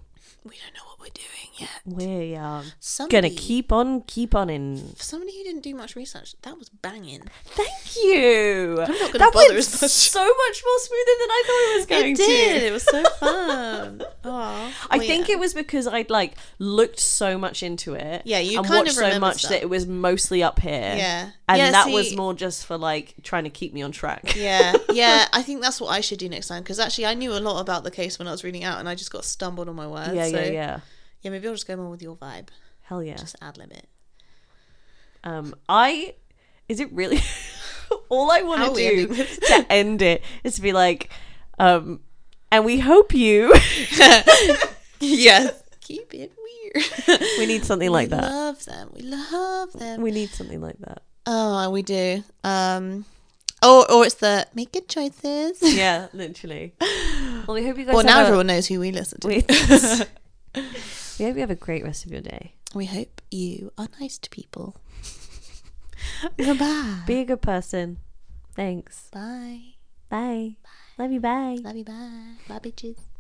we don't know what we're doing yet.
We are
Somebody,
gonna keep on, keep on in.
for somebody who didn't do much research, that was banging.
Thank you.
I'm not gonna
that
bother
went
as much.
so much more smoother than I thought it was going
it
to.
did. It was so fun. Aw.
I
Well,
think
yeah.
it was because I'd like looked so much into it.
Yeah, you
and
kind
watched
of
so
remember
much
stuff.
that it was mostly up here.
Yeah.
and
Yeah,
that
see-
was more just for like trying to keep me on track.
yeah, yeah. I think that's what I should do next time because actually I knew a lot about the case when I was reading out, and I just got stumbled on my words.
yeah,
so,
yeah, yeah.
Yeah, maybe I'll just go more with your vibe.
Hell yeah.
Just ad lib it.
Um, I is it really all I
How
want
are
to
we
do
ending this?
to end it is to be like, um, and we hope you.
yeah. Keep it weird.
we need something like
We
that.
love them. We love them.
We need something like that.
oh, we do. Um, oh, or it's the make good choices.
Yeah, literally. Well, we hope you guys.
Well,
have
now
a-
everyone knows who we listen to.
we we hope you have a great rest of your day.
We hope you are nice to people. Goodbye.
Be a good person. Thanks.
bye.
Bye. Love you. Bye.
Love you. Bye. Bye, bitches.